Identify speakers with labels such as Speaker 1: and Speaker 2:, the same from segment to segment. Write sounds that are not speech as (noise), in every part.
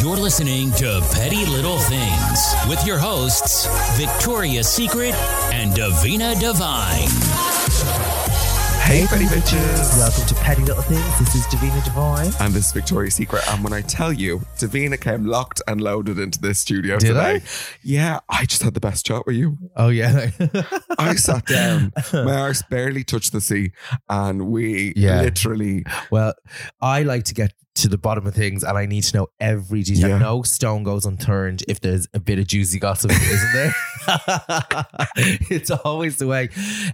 Speaker 1: You're listening to Petty Little Things with your hosts, Victoria's Secret and Davina Divine.
Speaker 2: Hey, pretty bitches.
Speaker 3: Welcome to Petty Little Things. This is Davina Devine.
Speaker 2: And this is Victoria's Secret. And when I tell you, Davina came locked and loaded into this studio
Speaker 3: Did
Speaker 2: today.
Speaker 3: I?
Speaker 2: Yeah, I just had the best chat with you.
Speaker 3: Oh yeah, (laughs)
Speaker 2: I sat down, my arse barely touched the sea, and we
Speaker 3: Yeah.
Speaker 2: literally,
Speaker 3: well, I like to get to the bottom of things, and I need to know every detail.
Speaker 2: Yeah.
Speaker 3: No stone goes unturned if there's a bit of juicy gossip, isn't there? (laughs) it's always the way.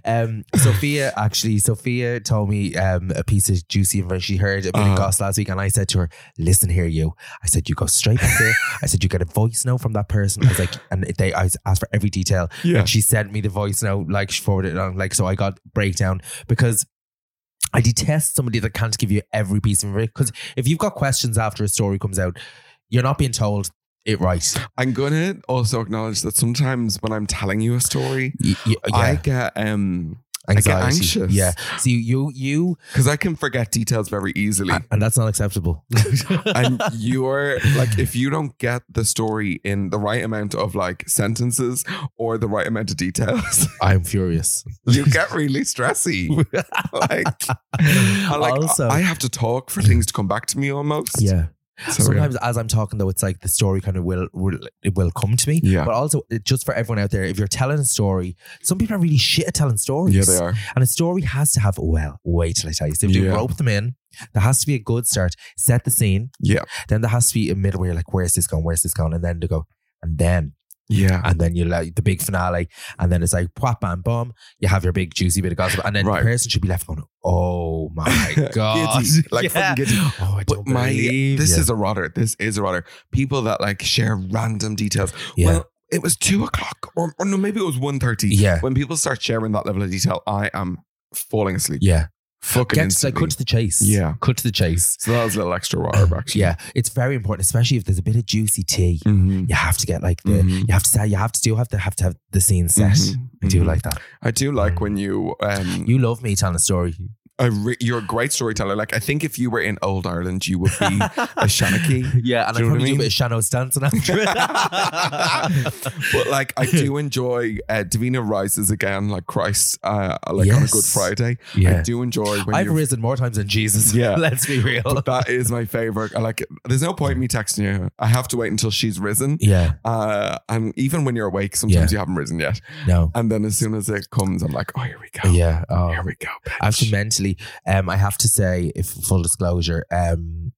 Speaker 3: Um, Sophia actually, Sophia told me um, a piece of juicy information. She heard a bit
Speaker 2: Uh-huh.
Speaker 3: of gossip last week, and I said to her, "Listen here, you." I said, "You go straight back there." I said, "You get a voice note from that person." I was like, and they, I asked for every detail.
Speaker 2: yeah,
Speaker 3: And she sent me the voice note, like she forwarded it on, like so I got breakdown because I detest somebody that can't give you every piece of information. Because if you've got questions after a story comes out, you're not being told it right.
Speaker 2: I'm gonna also acknowledge that sometimes when I'm telling you a story,
Speaker 3: Y- y-
Speaker 2: I
Speaker 3: Uh, yeah,
Speaker 2: get um
Speaker 3: anxiety.
Speaker 2: I get anxious.
Speaker 3: Yeah. So you, you, you
Speaker 2: because I can forget details very
Speaker 3: (laughs)
Speaker 2: easily.
Speaker 3: and that's not acceptable. (laughs)
Speaker 2: and you're like if you don't get the story in the right amount of like sentences or the right amount of details (laughs)
Speaker 3: I'm furious.
Speaker 2: you get really stressy
Speaker 3: (laughs)
Speaker 2: like, (laughs) I, like
Speaker 3: also,
Speaker 2: i have to talk for things to come back to me almost
Speaker 3: yeah.
Speaker 2: So,
Speaker 3: Sometimes as I'm talking though, it's like the story kind of will, will it will come to me.
Speaker 2: Yeah.
Speaker 3: But also, it- just for everyone out there, if you're telling a story, some people are really shit at telling stories.
Speaker 2: yeah they are
Speaker 3: And a story has to have, well, wait till I tell you. So if you
Speaker 2: Yeah.
Speaker 3: rope them in, there has to be a good start. Set the scene.
Speaker 2: yeah
Speaker 3: Then there has to be a middle where you're like, where's this gone? Where's this gone? And then they go, and then,
Speaker 2: yeah
Speaker 3: and then you like the big finale. And then it's like, whap, bam, bum. You have your big juicy bit of gossip. And then
Speaker 2: Right.
Speaker 3: the person should be left going, oh
Speaker 2: (laughs)
Speaker 3: my God.
Speaker 2: Giddy. Like fucking giddy.
Speaker 3: Oh, I don't
Speaker 2: but my
Speaker 3: believe
Speaker 2: this
Speaker 3: you.
Speaker 2: is a rotter this is a rotter people that like share random details
Speaker 3: Yeah.
Speaker 2: well it was two o'clock or, or no maybe it was 1.30
Speaker 3: Yeah.
Speaker 2: when people start sharing that level of detail i am falling asleep
Speaker 3: yeah.
Speaker 2: fucking
Speaker 3: Get, like,
Speaker 2: instantly.
Speaker 3: cut to the chase.
Speaker 2: Yeah.
Speaker 3: Cut to the chase.
Speaker 2: So that was a little extra raw,
Speaker 3: (laughs)
Speaker 2: actually.
Speaker 3: Yeah. It's very important, especially if there's a bit of juicy tea.
Speaker 2: Mhm.
Speaker 3: You have to get like the,
Speaker 2: Mhm.
Speaker 3: you have to say, you have to do have to have to have the scene set.
Speaker 2: Mhm.
Speaker 3: I do
Speaker 2: Mhm.
Speaker 3: like that.
Speaker 2: I do like when you um
Speaker 3: You love me telling a story.
Speaker 2: I re- you're a great storyteller. Like I think if you were in old Ireland, you would
Speaker 3: (laughs)
Speaker 2: be a Shanachie.
Speaker 3: Yeah, and I
Speaker 2: Do you know what I
Speaker 3: probably do a
Speaker 2: mean? (laughs)
Speaker 3: bit of shadow dancing after it.
Speaker 2: but like I do enjoy uh, Davina rises again, like Christ, uh, like on a
Speaker 3: Yes.
Speaker 2: Good Friday.
Speaker 3: (laughs)
Speaker 2: I
Speaker 3: Yeah.
Speaker 2: do enjoy when
Speaker 3: I've
Speaker 2: you're
Speaker 3: risen more times than Jesus.
Speaker 2: Yeah.
Speaker 3: (laughs) let's be real.
Speaker 2: (laughs) but that is my favorite. I like, there's no point in me texting you. I have to wait until she's risen.
Speaker 3: yeah,
Speaker 2: Uh, and even when you're awake, sometimes you haven't risen yet.
Speaker 3: no,
Speaker 2: And then as soon as it comes, I'm like, oh, here we go.
Speaker 3: yeah. Oh.
Speaker 2: Here we go. Bitch.
Speaker 3: Actually, mentally, um, I have to say, if full disclosure, um,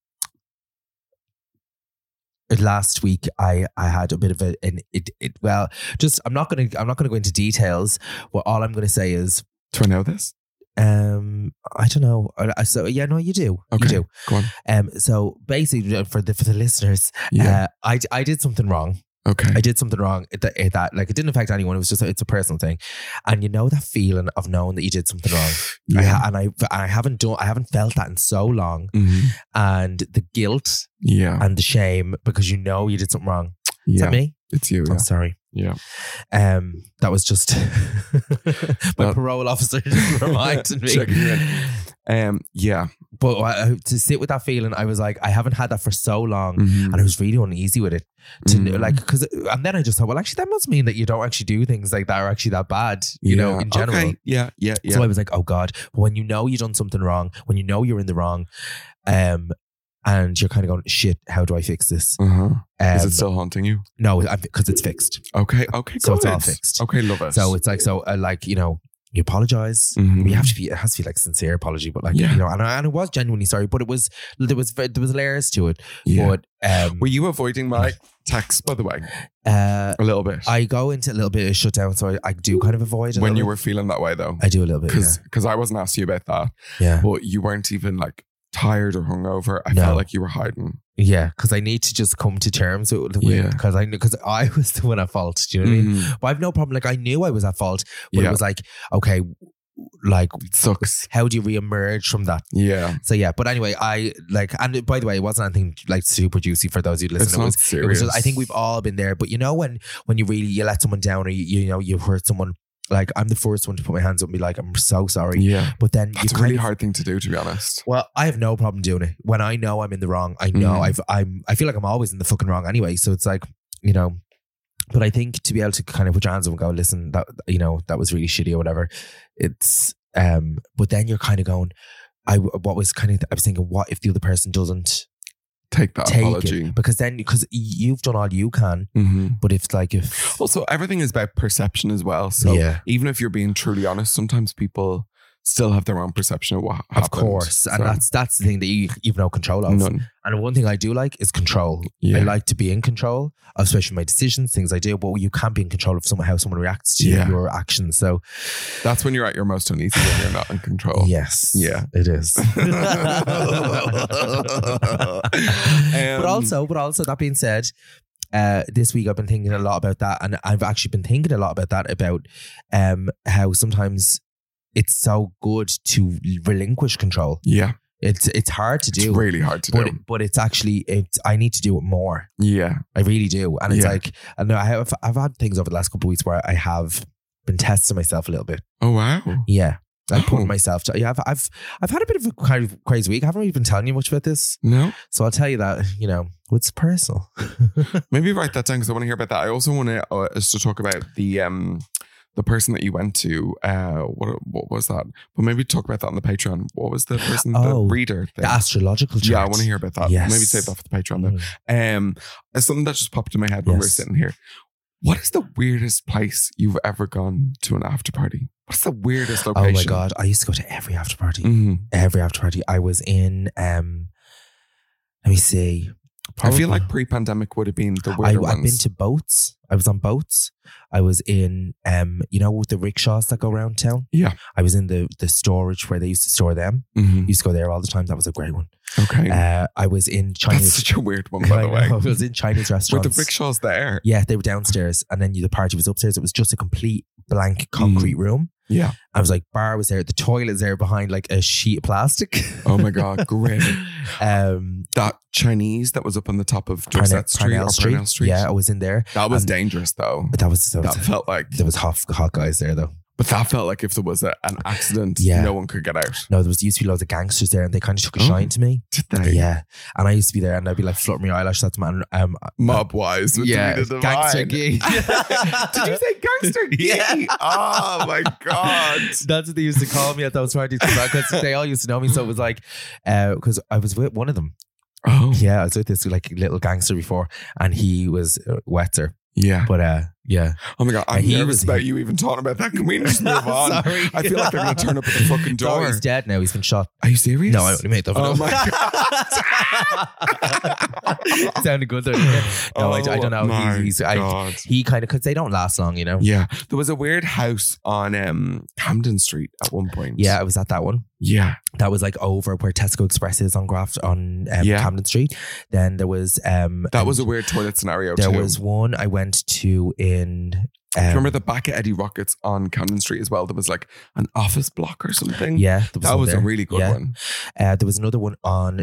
Speaker 3: last week I I had a bit of a an it, it well, just I'm not gonna I'm not gonna go into details. But all I'm gonna say is,
Speaker 2: do I know this?
Speaker 3: um, I don't know. I, I- so yeah, no, you do,
Speaker 2: Okay.
Speaker 3: you do.
Speaker 2: Go on.
Speaker 3: Um, so basically, uh, for the for the listeners,
Speaker 2: Yeah.
Speaker 3: uh, I I did something wrong.
Speaker 2: okay.
Speaker 3: Uh, I did something wrong that, that like it didn't affect anyone. It was just it's a personal thing, and you know that feeling of knowing that you did something wrong. I
Speaker 2: Yeah.
Speaker 3: ha- and I I haven't done I haven't felt that in so long,
Speaker 2: Mhm.
Speaker 3: and the guilt
Speaker 2: Yeah.
Speaker 3: and the shame because you know you did something wrong. Is
Speaker 2: Yeah.
Speaker 3: that me?
Speaker 2: It's you.
Speaker 3: I'm sorry.
Speaker 2: Yeah.
Speaker 3: Um, that was just (laughs) my
Speaker 2: Well-
Speaker 3: parole officer
Speaker 2: (laughs)
Speaker 3: just reminded me.
Speaker 2: Checking you Yeah. Um, yeah.
Speaker 3: But I, to sit with that feeling, I was like, I haven't had that for so long.
Speaker 2: Mhm.
Speaker 3: And I was really uneasy with it, to know
Speaker 2: Mhm.
Speaker 3: like, because, and then I just thought, well, actually, that must mean that you don't actually do things like that are actually that bad, you know,
Speaker 2: Yeah.
Speaker 3: in general.
Speaker 2: Okay. Yeah. Yeah. Yeah.
Speaker 3: So I was like, oh God, when you know you've done something wrong, when you know you're in the wrong, um, and you're kind of going, shit, how do I fix this?
Speaker 2: uh-huh.
Speaker 3: Um,
Speaker 2: is it still haunting you?
Speaker 3: no, because it's fixed.
Speaker 2: Okay. Okay.
Speaker 3: So it's
Speaker 2: good.
Speaker 3: all fixed.
Speaker 2: Okay. Love it.
Speaker 3: So it's like, so uh, like, you know, you apologize.
Speaker 2: Mhm.
Speaker 3: You have to be, it has to be like sincere apology, but like,
Speaker 2: Yeah.
Speaker 3: you know, and, I, and it was genuinely sorry, but it was, there was, there was layers to it.
Speaker 2: Yeah.
Speaker 3: But, um,
Speaker 2: Were you avoiding my text, by the way?
Speaker 3: uh,
Speaker 2: A little bit.
Speaker 3: I go into a little bit of shutdown, so I, I do kind of avoid it. a
Speaker 2: when you
Speaker 3: little
Speaker 2: were feeling that way, though.
Speaker 3: bit. I do a little bit.
Speaker 2: Because I wasn't asking you about that,
Speaker 3: Yeah.
Speaker 2: but you weren't even like tired or hungover. I
Speaker 3: No.
Speaker 2: felt like you were hiding.
Speaker 3: Yeah. Because I need to just come to terms with
Speaker 2: Yeah.
Speaker 3: Because I because I (laughs) was the one at fault. Do you know what I mean?
Speaker 2: Mhm.
Speaker 3: But I've no problem. Like I knew I was at fault, but
Speaker 2: Yeah.
Speaker 3: it was like, okay, like
Speaker 2: It sucks.
Speaker 3: how do you reemerge from that?
Speaker 2: Yeah.
Speaker 3: So yeah. But anyway, I like and by the way, it wasn't anything like super juicy for those who listen.
Speaker 2: it's
Speaker 3: it
Speaker 2: not
Speaker 3: was
Speaker 2: serious.
Speaker 3: It was just, I think we've all been there, but you know when when you really you let someone down or you, you know you hurt someone. Like I'm the first one to put my hands up and be like, I'm so sorry.
Speaker 2: Yeah.
Speaker 3: But then you
Speaker 2: That's a
Speaker 3: kind
Speaker 2: really
Speaker 3: of-
Speaker 2: hard thing to do, to be honest.
Speaker 3: Well, I have no problem doing it when I know I'm in the wrong. I know
Speaker 2: Mhm.
Speaker 3: I've I'm I feel like I'm always in the fucking wrong anyway. So it's like you know, but I think to be able to kind of put your hands up and go, listen, that you know that was really shitty or whatever. It's um, but then you're kind of going. I what was kind of I was thinking, what if the other person doesn't
Speaker 2: Take that
Speaker 3: take
Speaker 2: apology.
Speaker 3: it? Because then because you've done all you can,
Speaker 2: Mhm.
Speaker 3: but if like if
Speaker 2: Also, everything is about perception as well. So
Speaker 3: yeah.
Speaker 2: even if you're being truly honest, sometimes people still have their own perception of what happened.
Speaker 3: Of course, and
Speaker 2: So,
Speaker 3: that's that's the thing that you you've no control of.
Speaker 2: none.
Speaker 3: And one thing I do like is control.
Speaker 2: Yeah.
Speaker 3: I like to be in control, especially my decisions, things I do. But you can't be in control of someone, how someone reacts to
Speaker 2: Yeah.
Speaker 3: your actions. So,
Speaker 2: That's when you're at your most uneasy when you're not in control.
Speaker 3: yes,
Speaker 2: Oh, Yeah.
Speaker 3: it
Speaker 2: (laughs)
Speaker 3: is.
Speaker 2: Um,
Speaker 3: but also, but also, that being said, uh, this week I've been thinking a lot about that, and I've actually been thinking a lot about that about um, how sometimes it's so good to relinquish control.
Speaker 2: Yeah.
Speaker 3: It's it's hard to
Speaker 2: It's
Speaker 3: do,
Speaker 2: really hard to
Speaker 3: but
Speaker 2: do.
Speaker 3: but it's actually it's I need to do it more.
Speaker 2: Yeah.
Speaker 3: I really do. And it's
Speaker 2: Yeah.
Speaker 3: like, I know I have, I've had things over the last couple of weeks where I have been testing myself a little bit.
Speaker 2: Oh, wow.
Speaker 3: Yeah. I put
Speaker 2: Oh.
Speaker 3: myself to, yeah, I've, I've, I've had a bit of a kind of crazy week. I haven't really been telling you much about this.
Speaker 2: No,
Speaker 3: So I'll tell you that, you know, it's
Speaker 2: (laughs)
Speaker 3: personal.
Speaker 2: maybe write that down because I want to hear about that. I also want to uh, us to talk about the um the person that you went to. Uh, what what was that? But maybe talk about that on the Patreon. What was the person?
Speaker 3: Oh,
Speaker 2: the reader. Thing?
Speaker 3: the astrological chart.
Speaker 2: yeah, I want to hear about that.
Speaker 3: Yes.
Speaker 2: Maybe save that for the Patreon though.
Speaker 3: Mm.
Speaker 2: Um, uh, something that just popped in my head when we were
Speaker 3: Yes.
Speaker 2: sitting here. What is the weirdest place you've ever gone to an after party? What's the weirdest location?
Speaker 3: Oh my God. I used to go to every after party.
Speaker 2: Mhm.
Speaker 3: Every after party. I was in, um, let me see.
Speaker 2: I
Speaker 3: Probably-
Speaker 2: feel like pre-pandemic would have been the
Speaker 3: I,
Speaker 2: weirder
Speaker 3: I've
Speaker 2: ones.
Speaker 3: been to boats. I was on boats. I was in, um, you know, with the rickshaws that go around town.
Speaker 2: Yeah.
Speaker 3: I was in the the storage where they used to store them.
Speaker 2: Mhm.
Speaker 3: Used to go there all the time. That was a great one.
Speaker 2: Okay,
Speaker 3: Uh, I was in
Speaker 2: that's
Speaker 3: Chinese.
Speaker 2: such a
Speaker 3: (laughs)
Speaker 2: weird one, by
Speaker 3: I
Speaker 2: the way.
Speaker 3: know, I was in Chinese
Speaker 2: Were the
Speaker 3: restaurants.
Speaker 2: rickshaws there?
Speaker 3: yeah, they were downstairs, and then you, the party was upstairs. It was just a complete blank concrete
Speaker 2: Mm.
Speaker 3: room.
Speaker 2: Yeah.
Speaker 3: I was like, bar was there, the toilet's there behind like a sheet of plastic.
Speaker 2: Oh my God, great.
Speaker 3: (laughs) um,
Speaker 2: That Chinese that was up on the top of
Speaker 3: Parnell,
Speaker 2: Dorset Street or Parnell Street.
Speaker 3: Yeah, I was in there.
Speaker 2: That was
Speaker 3: And-
Speaker 2: dangerous though.
Speaker 3: But that was that
Speaker 2: That
Speaker 3: was,
Speaker 2: felt like
Speaker 3: there was hot hot guys there though.
Speaker 2: But that felt like if there was a, an accident,
Speaker 3: Yeah.
Speaker 2: no one could get out.
Speaker 3: No, there was used to be loads of gangsters there, and they kind of took a
Speaker 2: Oh.
Speaker 3: shine to me.
Speaker 2: Did they?
Speaker 3: Yeah, and I used to be there, and I'd be like flirting my eyelash. That's man. Um,
Speaker 2: Mob wise.
Speaker 3: gangster gig.
Speaker 2: (laughs) Did you say gangster gig?
Speaker 3: Yeah.
Speaker 2: Oh my God.
Speaker 3: That's what they used to call me at those parties because they all used to know me. So it was like, because I was with one of them.
Speaker 2: Oh.
Speaker 3: Yeah, I was with this like little gangster before, and he was uh, wetter.
Speaker 2: Yeah.
Speaker 3: But uh, yeah,
Speaker 2: Oh my God. I'm
Speaker 3: He
Speaker 2: nervous
Speaker 3: was-
Speaker 2: about you even talking about that. Can we
Speaker 3: (laughs)
Speaker 2: (laughs) just move on?
Speaker 3: Sorry.
Speaker 2: I feel like they're going to turn up
Speaker 3: (laughs)
Speaker 2: at the fucking
Speaker 3: Sorry,
Speaker 2: door.
Speaker 3: he's dead now. He's been shot.
Speaker 2: Are you serious?
Speaker 3: No, I only made that.
Speaker 2: Oh
Speaker 3: up. (laughs)
Speaker 2: my
Speaker 3: God. Sounded good. There. No, I, I don't know.
Speaker 2: Oh my
Speaker 3: He's, he's, I,
Speaker 2: God.
Speaker 3: he kind of because they don't last long, you know.
Speaker 2: Yeah. There was a weird house on um, Camden Street at one point.
Speaker 3: Yeah, I was at that one.
Speaker 2: Yeah.
Speaker 3: That was like over where Tesco Express is on Graft on um,
Speaker 2: Yeah.
Speaker 3: Camden Street. Then there was um
Speaker 2: That was a
Speaker 3: and
Speaker 2: weird toilet scenario
Speaker 3: there
Speaker 2: too.
Speaker 3: was one I went to in. Um,
Speaker 2: Do you remember the back of Eddie Rockets on Camden Street as well? There was like an office block or something.
Speaker 3: Yeah, there
Speaker 2: That
Speaker 3: one
Speaker 2: was a
Speaker 3: there.
Speaker 2: really good
Speaker 3: Yeah.
Speaker 2: one.
Speaker 3: Uh, there was another one on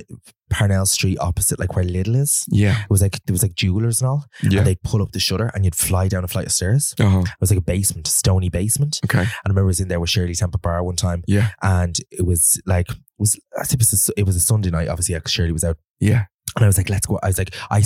Speaker 3: Parnell Street opposite, like where Lidl is.
Speaker 2: Yeah.
Speaker 3: It was like there was like jewelers and all,
Speaker 2: Yeah.
Speaker 3: and they'd pull up the shutter and you'd fly down a flight of stairs.
Speaker 2: oh,
Speaker 3: It was like a basement, stony basement.
Speaker 2: okay.
Speaker 3: And I remember I was in there with Shirley Temple Bar one time,
Speaker 2: Yeah.
Speaker 3: and it was like it was I think it was a, it was a Sunday night, obviously, because Shirley was out.
Speaker 2: Yeah.
Speaker 3: And I was like, let's go. I was like, I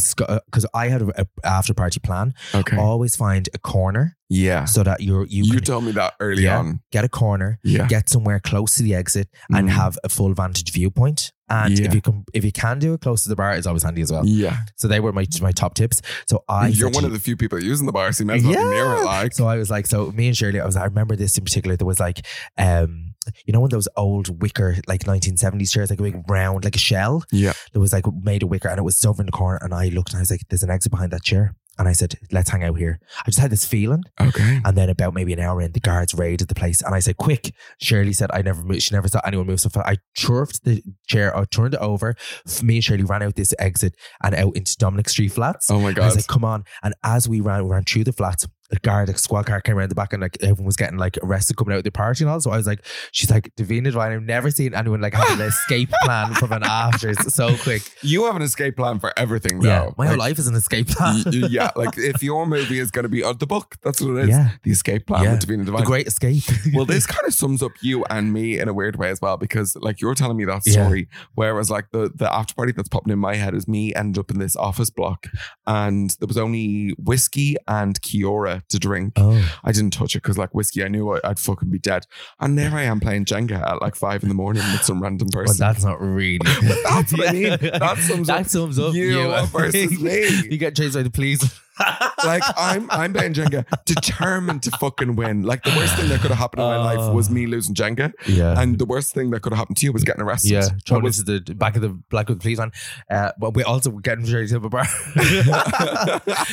Speaker 3: because I had a, a after party plan.
Speaker 2: Okay.
Speaker 3: Always find a corner
Speaker 2: yeah.
Speaker 3: so that you're you,
Speaker 2: You
Speaker 3: can
Speaker 2: told me that early
Speaker 3: Yeah.
Speaker 2: on.
Speaker 3: get a corner,
Speaker 2: Yeah.
Speaker 3: get somewhere close to the exit, and
Speaker 2: Mhm.
Speaker 3: have a full vantage viewpoint. And
Speaker 2: Yeah.
Speaker 3: if you can if you can do it close to the bar, it's always handy as well.
Speaker 2: Yeah.
Speaker 3: So they were my my top tips. So I
Speaker 2: You're
Speaker 3: said
Speaker 2: one
Speaker 3: to
Speaker 2: of the few people using the bar, so you might as well be near it. Like,
Speaker 3: so I was like, so me and Shirley, I was I remember this in particular. There was like um you know one of those old wicker like 1970s chairs, like a big round, like a shell.
Speaker 2: Yeah.
Speaker 3: That was like made of wicker and it was over in the corner. And I looked and I was like, there's an exit behind that chair. And I said, let's hang out here. I just had this feeling.
Speaker 2: okay.
Speaker 3: And then about maybe an hour in, the guards raided the place. And I said, quick. Shirley said, I never moved. She never saw anyone move so fast. I turfed the chair. I turned it over. Me and Shirley ran out this exit and out into Dominic Street Flats.
Speaker 2: Oh my
Speaker 3: I
Speaker 2: God.
Speaker 3: was like, come on. And as we ran, we ran through the flats. A guard, a squad car came around the back and like everyone was getting like arrested coming out of the party and all. So I was like, she's like, Davina Ryan, I've never seen anyone like
Speaker 2: (laughs)
Speaker 3: have an escape plan from an after. It's so quick.
Speaker 2: you have an escape plan for everything, though.
Speaker 3: Yeah. My whole
Speaker 2: Like,
Speaker 3: life is an escape
Speaker 2: y-
Speaker 3: plan.
Speaker 2: y-
Speaker 3: (laughs)
Speaker 2: yeah. Like, if your movie is going to be on the book, that's what it is.
Speaker 3: Yeah.
Speaker 2: The escape plan
Speaker 3: Yeah.
Speaker 2: with Davina
Speaker 3: The
Speaker 2: Divine.
Speaker 3: great escape. (laughs)
Speaker 2: well, this kind of sums up you and me in a weird way as well, because like you're telling me that
Speaker 3: Yeah.
Speaker 2: story, whereas like the the after party that's popping in my head is me ended up in this office block, and there was only whiskey and Kiora to drink.
Speaker 3: Oh.
Speaker 2: I didn't touch it because like whiskey, I knew I, I'd fucking be dead. And there I am playing Jenga at like five in the morning with some random
Speaker 3: Well,
Speaker 2: person.
Speaker 3: that's not really.
Speaker 2: that's what I mean.
Speaker 3: (laughs)
Speaker 2: That sums
Speaker 3: that
Speaker 2: up
Speaker 3: sums up
Speaker 2: you
Speaker 3: I
Speaker 2: versus
Speaker 3: think.
Speaker 2: me.
Speaker 3: (laughs) You get chased by the police.
Speaker 2: (laughs) (laughs) like I'm, I'm playing Jenga, determined to fucking win. Like the worst thing that could have happened in my life
Speaker 3: Oh.
Speaker 2: was me losing Jenga.
Speaker 3: (laughs) Yeah.
Speaker 2: And the worst thing that could have happened to you was getting arrested.
Speaker 3: yeah,
Speaker 2: That
Speaker 3: thrown
Speaker 2: was-
Speaker 3: into the back of the black of the police van. Uh, but we also were getting very to the
Speaker 2: (laughs)
Speaker 3: bar.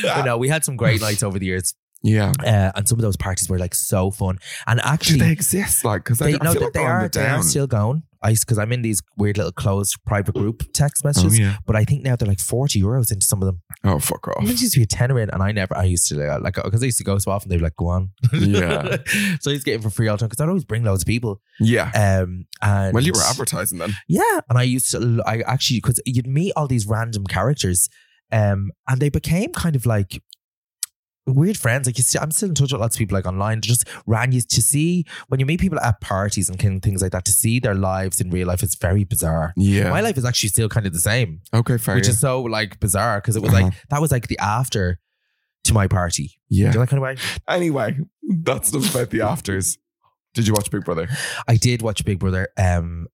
Speaker 3: but no, we had some great nights over the years,
Speaker 2: yeah.
Speaker 3: uh, and some of those parties were like so fun. And
Speaker 2: Do
Speaker 3: actually,
Speaker 2: they exist? Like, because
Speaker 3: they,
Speaker 2: they, I
Speaker 3: no,
Speaker 2: feel
Speaker 3: they,
Speaker 2: like
Speaker 3: they
Speaker 2: they're on the
Speaker 3: are they
Speaker 2: down.
Speaker 3: are still going. I because I'm in these weird little closed private group text messages.
Speaker 2: Oh, yeah.
Speaker 3: But I think now they're like forty euros into some of them.
Speaker 2: oh, fuck
Speaker 3: I
Speaker 2: off.
Speaker 3: think it used to be a tenner in, and I never. I used to uh, like because I used to go so often. They'd be like, "Go on."
Speaker 2: Yeah.
Speaker 3: (laughs) so he's getting for free all the time because I'd always bring loads of people.
Speaker 2: Yeah.
Speaker 3: Um, and
Speaker 2: well, you were advertising then.
Speaker 3: Yeah, and I used to. I actually because you'd meet all these random characters, um, and they became kind of like weird friends. Like you see, I'm still in touch with lots of people like online. Just ran you to see when you meet people at parties and kind of things like that. To see their lives in real life is very bizarre.
Speaker 2: Yeah.
Speaker 3: My life is actually still kind of the same
Speaker 2: okay, fair.
Speaker 3: which
Speaker 2: yeah.
Speaker 3: is so like bizarre because it was like
Speaker 2: Uh-huh.
Speaker 3: that was like the after to my party.
Speaker 2: yeah.
Speaker 3: Do you know that kind of way?
Speaker 2: Anyway, that's enough about the afters. Did you watch Big Brother?
Speaker 3: I did watch Big Brother. Um,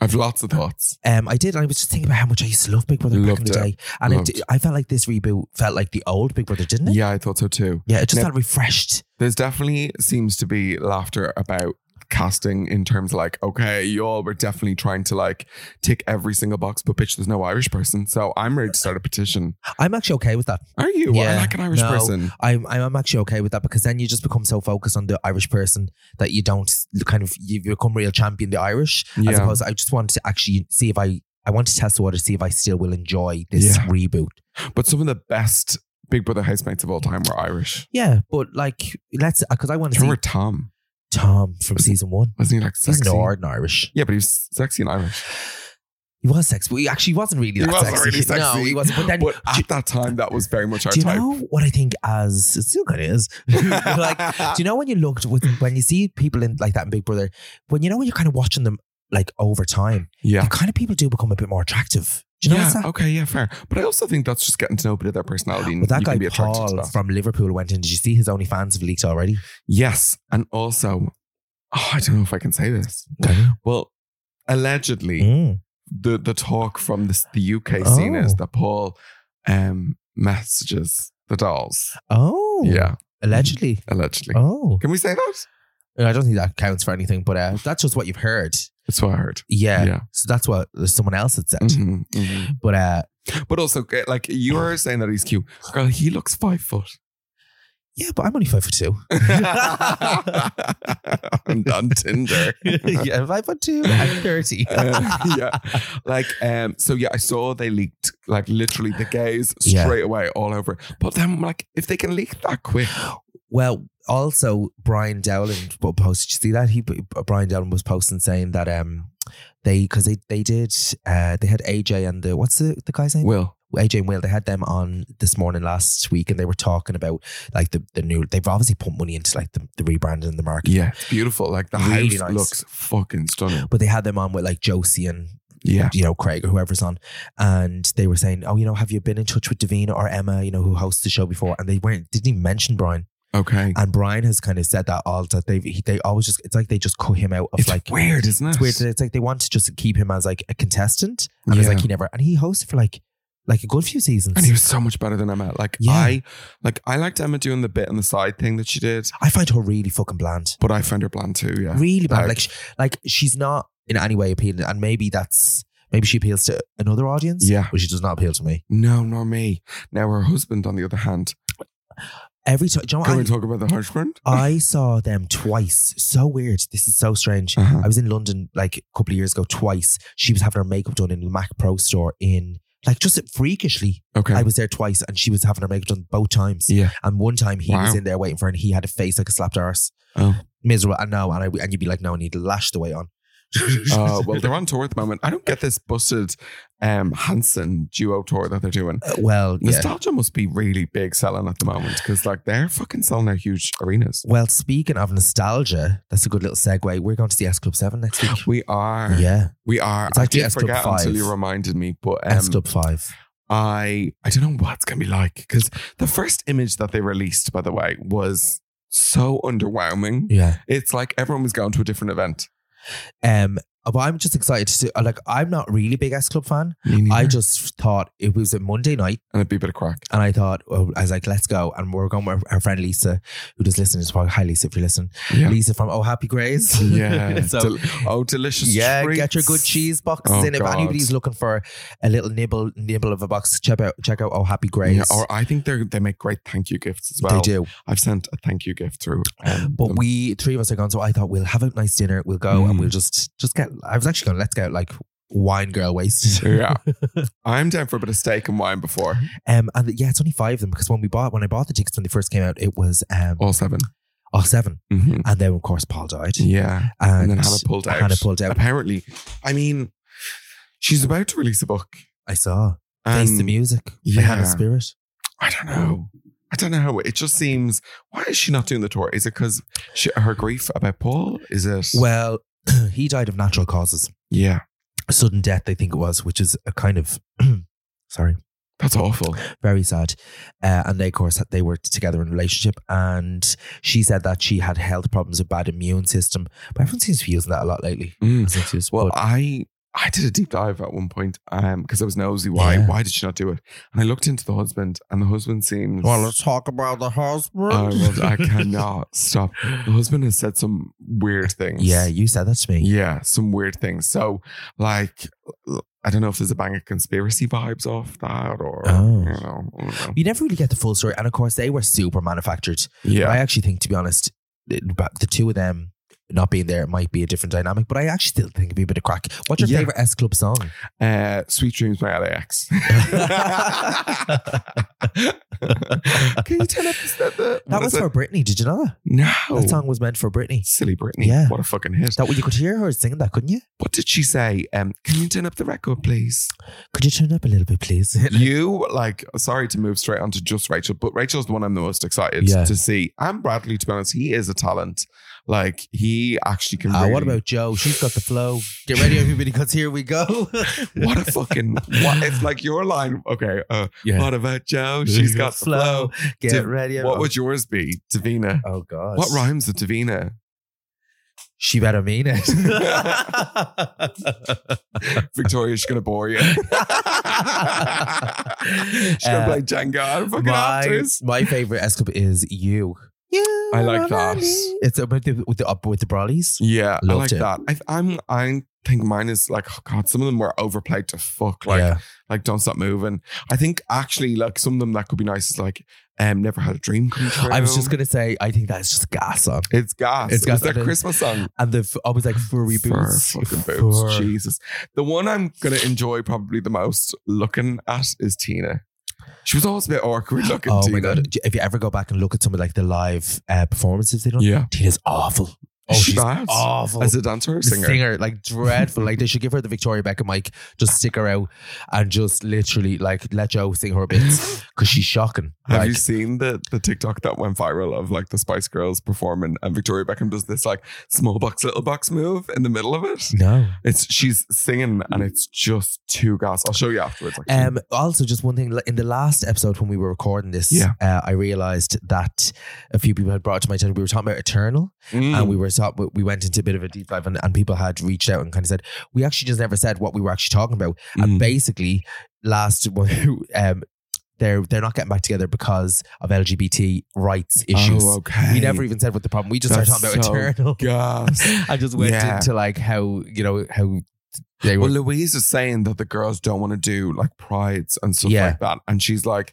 Speaker 2: I've lots of thoughts.
Speaker 3: um, I did. And I was just thinking about how much I used to love Big Brother back in
Speaker 2: Loved
Speaker 3: the
Speaker 2: it.
Speaker 3: day, and it,
Speaker 2: Loved.
Speaker 3: I felt like this reboot felt like the old Big Brother, didn't it?
Speaker 2: Yeah, I thought so too.
Speaker 3: Yeah, it just
Speaker 2: Now-
Speaker 3: felt refreshed.
Speaker 2: There's definitely seems to be laughter about casting in terms of like, okay, y'all were definitely trying to like tick every single box, but bitch, there's no Irish person. So I'm ready to start a petition.
Speaker 3: I'm actually okay with that.
Speaker 2: Are you? I
Speaker 3: Yeah,
Speaker 2: like an Irish
Speaker 3: no.
Speaker 2: person.
Speaker 3: I'm I'm actually okay with that because then you just become so focused on the Irish person that you don't kind of you become real champion the Irish
Speaker 2: Yeah.
Speaker 3: as opposed. I just wanted to actually see if I I want to test the water, see if I still will enjoy this
Speaker 2: Yeah.
Speaker 3: reboot.
Speaker 2: But some of the best Big Brother housemates of all time were Irish.
Speaker 3: Yeah, but like let's because I want to
Speaker 2: Do you
Speaker 3: see
Speaker 2: remember Tom?
Speaker 3: Tom from season one.
Speaker 2: Wasn't he like
Speaker 3: He's
Speaker 2: sexy?
Speaker 3: Northern Irish.
Speaker 2: Yeah, but he was sexy and Irish.
Speaker 3: He was sexy, but he actually wasn't really
Speaker 2: He
Speaker 3: that
Speaker 2: wasn't
Speaker 3: sexy.
Speaker 2: really sexy.
Speaker 3: No, he wasn't. But then,
Speaker 2: But
Speaker 3: do-
Speaker 2: at that time, that was very much our
Speaker 3: do you
Speaker 2: type.
Speaker 3: know what I think? As it still kind of is. (laughs) like, do you know when you looked with when you see people in like that in Big Brother, when you know when you're kind of watching them like over time,
Speaker 2: Yeah.
Speaker 3: the kind of people do become a bit more attractive. Do you know
Speaker 2: yeah.
Speaker 3: that?
Speaker 2: Okay. Yeah. Fair. But I also think that's just getting to know a bit of their personality. and
Speaker 3: But that
Speaker 2: you can
Speaker 3: guy
Speaker 2: be attracted to
Speaker 3: Paul
Speaker 2: that.
Speaker 3: from Liverpool went in. Did you see his only fans have leaked already?
Speaker 2: Yes, and also, oh, I don't know if I can say this. Well, allegedly,
Speaker 3: Mm.
Speaker 2: the the talk from this, the UK scene
Speaker 3: Oh.
Speaker 2: is that Paul um, messages the dolls.
Speaker 3: Oh,
Speaker 2: Yeah,
Speaker 3: allegedly.
Speaker 2: allegedly.
Speaker 3: Oh,
Speaker 2: Can we say that?
Speaker 3: I don't think that counts for anything, but uh, that's just what you've heard.
Speaker 2: That's what I
Speaker 3: (laughs)
Speaker 2: heard.
Speaker 3: Yeah.
Speaker 2: Mm. Yeah.
Speaker 3: So that's what someone else had said.
Speaker 2: Mhm, mhm.
Speaker 3: But uh,
Speaker 2: But also, eh, like you were saying that he's cute, girl. He looks five foot. (laughs)
Speaker 3: yeah, but I'm only five foot two.
Speaker 2: and on Tinder.
Speaker 3: (laughs) yeah, five foot two. I'm thirty.
Speaker 2: Uh, (laughs) yeah. Like, um, so yeah, I saw they leaked like literally the gays
Speaker 3: Yeah.
Speaker 2: straight away all over. But then like if they can leak that quick,
Speaker 3: Well, also Brian Dowland po- posted. You see that he Brian Dowland was posting saying that um they because they they did uh they had AJ and the what's the the guy's name
Speaker 2: Will.
Speaker 3: AJ and Will, they had them on this morning last week and they were talking about like the, the new, they've obviously pumped money into like the, the rebranding and the marketing.
Speaker 2: Yeah, it's beautiful. Like the
Speaker 3: Really
Speaker 2: house
Speaker 3: nice.
Speaker 2: looks fucking stunning.
Speaker 3: But they had them on with like Josie and,
Speaker 2: Yeah.
Speaker 3: you know, Craig or whoever's on. And they were saying, oh, you know, have you been in touch with Davina or Emma, you know, who hosts the show before? And they weren't, didn't even mention Brian.
Speaker 2: Okay.
Speaker 3: And Brian has kind of said that all that they've, he- they always just, it's like they just cut him out of
Speaker 2: It's
Speaker 3: like.
Speaker 2: weird, isn't it?
Speaker 3: It's weird. It's like they want to just keep him as like a contestant. And it's
Speaker 2: Yeah.
Speaker 3: like he never, and he hosted for like, like a good few seasons.
Speaker 2: And he was so much better than Emma. Like
Speaker 3: Yeah.
Speaker 2: I like I liked Emma doing the bit and the side thing that she did,
Speaker 3: I find her really fucking bland.
Speaker 2: but I found her bland too, yeah.
Speaker 3: really bad.
Speaker 2: Like-
Speaker 3: Like, sh like she's not in any way appealing, and maybe that's maybe she appeals to another audience.
Speaker 2: Yeah.
Speaker 3: but she does not appeal to me.
Speaker 2: No, nor me. Now her husband, on the other hand.
Speaker 3: Every time, you know
Speaker 2: Can we
Speaker 3: what? I,
Speaker 2: talk about the husband?
Speaker 3: I saw them twice. So weird. This is so strange.
Speaker 2: Uh-huh.
Speaker 3: I was in London like a couple of years ago. Twice, she was having her makeup done in the Mac Pro store in. Like just freakishly,
Speaker 2: Okay.
Speaker 3: I was there twice, and she was having her makeup done both times.
Speaker 2: yeah.
Speaker 3: And one time he was
Speaker 2: Wow.
Speaker 3: in there waiting for her, and he had a face like a slapped arse, (laughs)
Speaker 2: Oh.
Speaker 3: miserable. And no, and I and you'd be like, no, I need to lash the
Speaker 2: (laughs)
Speaker 3: weight on.
Speaker 2: uh, well, they're on tour at the moment. I don't get this busted um, Hanson duo tour that they're doing.
Speaker 3: Uh, (laughs) well, yeah.
Speaker 2: Nostalgia must be really big selling at the moment because like they're fucking selling out huge arenas.
Speaker 3: Well, speaking of nostalgia, that's a good little segue. We're going to the S Club 7 next week.
Speaker 2: We are,
Speaker 3: Yeah.
Speaker 2: we are.
Speaker 3: It's
Speaker 2: I
Speaker 3: actually
Speaker 2: did
Speaker 3: S Club
Speaker 2: forget until
Speaker 3: five.
Speaker 2: you reminded me, but
Speaker 3: S
Speaker 2: um,
Speaker 3: Club 5.
Speaker 2: I I don't know what it's gonna be like because the first image that they released, by the way, was so underwhelming.
Speaker 3: Yeah.
Speaker 2: It's like everyone was going to a different event.
Speaker 3: Um, but I'm just excited to see, uh, like, I'm not really a big S Club fan. I
Speaker 2: I just
Speaker 3: just thought it was a Monday night
Speaker 2: and it'd be a bit of crack.
Speaker 3: and I thought, oh, I was like, let's go. And we're going with our friend Lisa, who does listen to this podcast. Hi, Lisa, if you're listening.
Speaker 2: Yeah,
Speaker 3: Lisa from Oh Happy Grays.
Speaker 2: (laughs) yeah.
Speaker 3: (laughs) so,
Speaker 2: Del- oh, delicious.
Speaker 3: yeah, get
Speaker 2: treats.
Speaker 3: your good cheese boxes
Speaker 2: Oh,
Speaker 3: in. If
Speaker 2: God.
Speaker 3: anybody's looking for a little nibble nibble of a box, check out check out Oh Happy Grays.
Speaker 2: Yeah, or I think they they make great thank you gifts as well.
Speaker 3: they do.
Speaker 2: I've sent a thank you gift through. um,
Speaker 3: (gasps) But
Speaker 2: them.
Speaker 3: we three of us are gone, so I thought we'll have a nice dinner. We'll go
Speaker 2: Mm.
Speaker 3: and we'll just just get. I was actually going, let's go like wine girl wasted.
Speaker 2: (laughs) yeah, I'm down for a bit of steak and wine before
Speaker 3: um, and yeah, it's only five of them because when we bought when I bought the tickets when they first came out, it was um
Speaker 2: all 7
Speaker 3: oh seven,
Speaker 2: Mhm.
Speaker 3: and then of course Paul died.
Speaker 2: Yeah,
Speaker 3: And,
Speaker 2: and, then Hannah pulled out.
Speaker 3: Hannah pulled out.
Speaker 2: Apparently, I mean, she's about to release a book.
Speaker 3: I saw Face the
Speaker 2: and
Speaker 3: Music. Yeah,
Speaker 2: yeah.
Speaker 3: Hannah Spirit.
Speaker 2: I don't know. I don't know. It just seems. Why is she not doing the tour? Is it because her grief about Paul? Is it?
Speaker 3: Well, (clears throat) he died of natural causes,
Speaker 2: yeah,
Speaker 3: sudden death. They think it was, which is a kind of (clears throat) sorry.
Speaker 2: that's awful.
Speaker 3: very sad. Uh, and they, of course, they were together in a relationship. And she said that she had health problems, a bad immune system. But everyone seems to be using that a lot lately.
Speaker 2: Mm.
Speaker 3: As it is,
Speaker 2: Well,
Speaker 3: but-
Speaker 2: I I did a deep dive at one point um because I was nosy. Why?
Speaker 3: Yeah.
Speaker 2: Why did she not do it? And I looked into the husband, and the husband seems.
Speaker 3: well, let's talk about the husband.
Speaker 2: I was-
Speaker 3: (laughs)
Speaker 2: I cannot stop. The husband has said some weird things.
Speaker 3: Yeah, you said that to me.
Speaker 2: Yeah, some weird things. So, like, I don't know if there's a bang of conspiracy vibes off that, or
Speaker 3: Oh.
Speaker 2: you know, I don't know.
Speaker 3: You never really get the full story. And of course, they were super manufactured. I
Speaker 2: yeah,
Speaker 3: actually think, to be honest, it- about the two of them not being there might be a different dynamic, but I actually still think it'd be a bit of crack. What's your
Speaker 2: Yeah.
Speaker 3: favorite S Club
Speaker 2: (laughs)
Speaker 3: song?
Speaker 2: uh, "Sweet Dreams" by
Speaker 3: (laughs)
Speaker 2: (laughs) LAX. Can you turn up the, the
Speaker 3: That
Speaker 2: what
Speaker 3: was
Speaker 2: is it?
Speaker 3: for Britney. Did you know that?
Speaker 2: No.
Speaker 3: That song was meant for Britney.
Speaker 2: Silly Britney.
Speaker 3: Yeah.
Speaker 2: What a fucking hit.
Speaker 3: That you could hear her singing that, couldn't you?
Speaker 2: What did she say? Um, can you turn up the record, please?
Speaker 3: Could you turn up a little bit,
Speaker 2: (laughs)
Speaker 3: please?
Speaker 2: you like sorry to move straight on to just Rachel, but Rachel's the one I'm the most excited
Speaker 3: Yeah.
Speaker 2: to see. And Bradley, to be honest, he is a talent. Like he actually can.
Speaker 3: Ah,
Speaker 2: really,
Speaker 3: what about Joe? She's got the flow. Get ready, everybody, because here we go.
Speaker 2: (laughs) what a fucking what? It's like your line. Okay, uh,
Speaker 3: Yeah.
Speaker 2: what about Joe? (laughs) She's got the flow.
Speaker 3: Get
Speaker 2: Div-
Speaker 3: ready.
Speaker 2: What would yours be, Davina?
Speaker 3: Oh God!
Speaker 2: What rhymes
Speaker 3: (laughs)
Speaker 2: with Davina?
Speaker 3: She better mean it.
Speaker 2: (laughs)
Speaker 3: (laughs)
Speaker 2: Victoria, she's gonna bore you. (laughs) she's gonna
Speaker 3: Uh,
Speaker 2: play Jenga and fucking
Speaker 3: my,
Speaker 2: actors.
Speaker 3: my favorite escape is you. You.
Speaker 2: I like
Speaker 3: are
Speaker 2: that.
Speaker 3: me. It's about the with the up with the brollies.
Speaker 2: Yeah, I
Speaker 3: Loved
Speaker 2: like
Speaker 3: it.
Speaker 2: that. I, I'm I think mine is like oh god, some of them were overplayed to fuck. Like
Speaker 3: yeah.
Speaker 2: like don't stop moving. I think actually like some of them that could be nice is like um never had a dream come true.
Speaker 3: I was just gonna say. I think that's just gas on.
Speaker 2: It's gas.
Speaker 3: It's
Speaker 2: It's gas.
Speaker 3: gas.
Speaker 2: It's that Christmas song.
Speaker 3: And the f- I was like furry boots.
Speaker 2: Fur fucking boots.
Speaker 3: Fur.
Speaker 2: Jesus. The one I'm gonna enjoy probably the most looking at is Tina. She was always a bit awkward looking.
Speaker 3: Oh
Speaker 2: Tina.
Speaker 3: my god! Do- If you ever go back and look at some of like the live uh, performances they done,
Speaker 2: Yeah.
Speaker 3: Tina's awful. Oh,
Speaker 2: She's
Speaker 3: she's
Speaker 2: bad.
Speaker 3: awful
Speaker 2: As a dancer or singer.
Speaker 3: like dreadful. like they should give her the Victoria Beckham mic,
Speaker 2: (laughs)
Speaker 3: just stick her out, and just literally like let Joe sing her bits because she's shocking.
Speaker 2: Have
Speaker 3: Like,
Speaker 2: you seen the the TikTok that went viral of like the Spice Girls performing and Victoria Beckham does this like small box little box move in the middle of
Speaker 3: (laughs)
Speaker 2: it?
Speaker 3: no.
Speaker 2: It's she's singing and it's just too gas. I'll show you afterwards. Actually.
Speaker 3: Um, also, just one thing. In the last episode when we were recording this,
Speaker 2: Yeah.
Speaker 3: uh, I realized that a few people had brought to my attention. We were talking about Eternal,
Speaker 2: Mm.
Speaker 3: and we were talk- we went into a bit of a deep dive, and, and people had reached out and kind of said we actually just never said what we were actually talking about.
Speaker 2: Mm.
Speaker 3: And basically, last (laughs) one, who, um, they're they're not getting back together because of LGBT rights issues.
Speaker 2: Oh, okay.
Speaker 3: We never even said what the problem. We just started
Speaker 2: That's
Speaker 3: talking about
Speaker 2: so
Speaker 3: Eternal. (laughs)
Speaker 2: gas.
Speaker 3: I just went
Speaker 2: Yeah.
Speaker 3: into like how you know how they were.
Speaker 2: well, Louise is saying that the girls don't want to do like prides and stuff
Speaker 3: Yeah.
Speaker 2: like that, and she's like.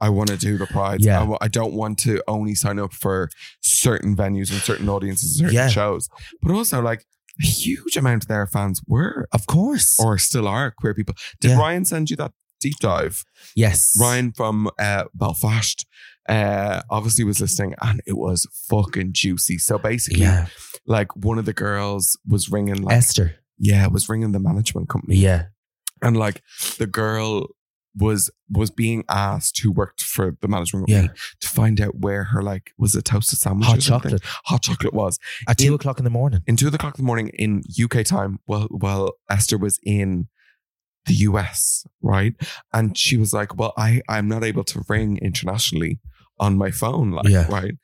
Speaker 2: I want to do the prides.
Speaker 3: Yeah.
Speaker 2: I wa- I don't want to only sign up for certain venues and certain audiences, and certain
Speaker 3: Yeah.
Speaker 2: shows. But also, like a huge amount of their fans were
Speaker 3: of course.
Speaker 2: or still are queer people. Did
Speaker 3: Yeah.
Speaker 2: Ryan send you that deep dive?
Speaker 3: yes.
Speaker 2: Ryan from uh, Belfast uh, obviously was listening and it was fucking juicy. So basically,
Speaker 3: Yeah.
Speaker 2: like one of the girls was ringing, like,
Speaker 3: Esther.
Speaker 2: yeah, was ringing the management company.
Speaker 3: Yeah.
Speaker 2: And like the girl was was being asked who worked for the management
Speaker 3: Yeah.
Speaker 2: company to find out where her like was a toasted sandwich
Speaker 3: Hot
Speaker 2: or something?
Speaker 3: chocolate
Speaker 2: hot chocolate was
Speaker 3: at two
Speaker 2: In-
Speaker 3: o'clock in the morning.
Speaker 2: in two o'clock in the morning in UK time while while Esther was in the US, right? And she was like, Well, I, I'm not able to ring internationally on my phone, like
Speaker 3: Yeah.
Speaker 2: right.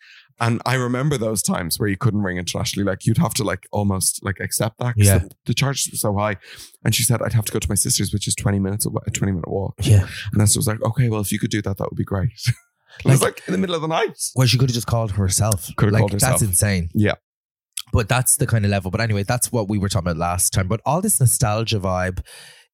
Speaker 2: And I remember those times where you couldn't ring internationally. Like you'd have to like almost like accept that 'cause
Speaker 3: Yeah.
Speaker 2: the, the charges were so high. And she said, I'd have to go to my sister's, which is 20 minutes away, a 20 minute walk.
Speaker 3: Yeah.
Speaker 2: And Esther was like, Okay, well, if you could do that, that would be great. (laughs) I was like in the middle of the night.
Speaker 3: Well, she could have just called herself.
Speaker 2: Could have
Speaker 3: like,
Speaker 2: called herself.
Speaker 3: That's insane.
Speaker 2: Yeah.
Speaker 3: But that's the kind of level. But anyway, that's what we were talking about last time. But all this nostalgia vibe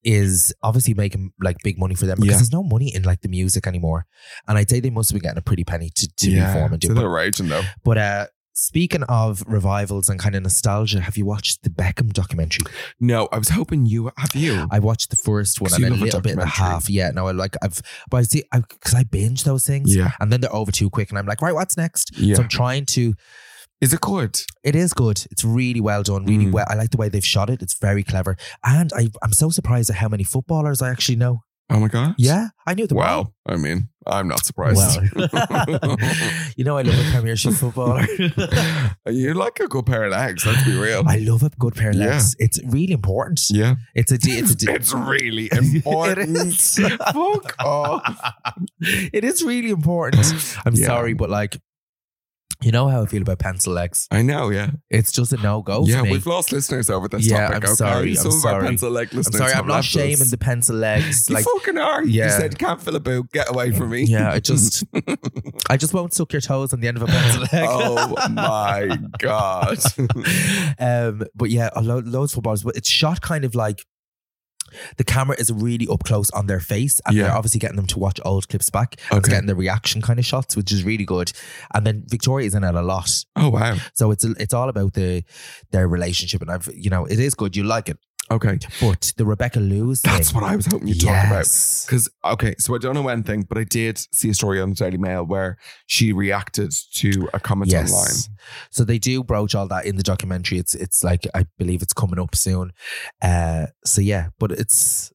Speaker 3: is obviously making like big money for them because
Speaker 2: Yeah.
Speaker 3: there's no money in like the music anymore. And I'd say they must have been getting a pretty penny to, to
Speaker 2: Yeah.
Speaker 3: reform and do.
Speaker 2: So
Speaker 3: But,
Speaker 2: they're raging though.
Speaker 3: but uh speaking of revivals and kind of nostalgia, have you watched the Beckham documentary?
Speaker 2: No, I was hoping you have you.
Speaker 3: I watched the first one
Speaker 2: 'Cause
Speaker 3: and
Speaker 2: you
Speaker 3: a
Speaker 2: love a
Speaker 3: little bit and a
Speaker 2: documentary.
Speaker 3: half. Yeah, no, I like I've but I see I because I binge those things.
Speaker 2: Yeah.
Speaker 3: And then they're over too quick, and I'm like, right, what's next?
Speaker 2: Yeah.
Speaker 3: So I'm trying to
Speaker 2: Is it good?
Speaker 3: It is good. It's really well done. Really
Speaker 2: Mm.
Speaker 3: well. I like the way they've shot it. It's very clever. And I, I'm so surprised at how many footballers I actually know.
Speaker 2: Oh my god.
Speaker 3: Yeah, I knew them. all.
Speaker 2: Well, I mean, I'm not surprised.
Speaker 3: (laughs) Well. you know, I love a Premiership footballer.
Speaker 2: (laughs) you like a good pair of legs, let's be real.
Speaker 3: I love a good pair of
Speaker 2: Yeah.
Speaker 3: legs. It's really important.
Speaker 2: yeah.
Speaker 3: It's a. d- It's a. d-
Speaker 2: (laughs) It's really
Speaker 3: (laughs) It
Speaker 2: important.
Speaker 3: is.
Speaker 2: Fuck off.
Speaker 3: (laughs) it is really important. I'm
Speaker 2: Yeah.
Speaker 3: sorry, but like, you know how I feel about pencil legs.
Speaker 2: I know, yeah.
Speaker 3: It's just a no go.
Speaker 2: yeah,
Speaker 3: for me.
Speaker 2: we've lost listeners over this
Speaker 3: Yeah,
Speaker 2: topic.
Speaker 3: I'm
Speaker 2: okay?
Speaker 3: sorry,
Speaker 2: Some
Speaker 3: I'm
Speaker 2: of our
Speaker 3: sorry.
Speaker 2: pencil leg
Speaker 3: I'm
Speaker 2: listeners.
Speaker 3: sorry.
Speaker 2: have
Speaker 3: I'm not
Speaker 2: left
Speaker 3: shaming
Speaker 2: us.
Speaker 3: the pencil legs.
Speaker 2: You
Speaker 3: Like,
Speaker 2: fucking are. You
Speaker 3: Yeah.
Speaker 2: said you can't fill a boot. Get away from me.
Speaker 3: yeah, I just, (laughs) I just won't suck your toes on the end of a pencil leg.
Speaker 2: (laughs) oh my god.
Speaker 3: (laughs) um, but yeah, a lo- loads of footballers. But it's shot kind of like the camera is really up close on their face, and
Speaker 2: Yeah.
Speaker 3: they're obviously getting them to watch old clips back. and It's
Speaker 2: Okay.
Speaker 3: getting the reaction kind of shots, which is really good. And then Victoria's in it a lot,
Speaker 2: oh wow.
Speaker 3: so it's it's all about the their relationship. And I've you know it is good. You like it.
Speaker 2: Okay.
Speaker 3: But the Rebecca Lewis.
Speaker 2: That's
Speaker 3: thing-
Speaker 2: what I was hoping you'd talk about.
Speaker 3: Yes.
Speaker 2: Because, okay, so I don't know anything, but I did see a story on the Daily Mail where she reacted to a comment online.
Speaker 3: So they do broach all that in the documentary. It's it's like I believe it's coming up soon. Uh so yeah, but it's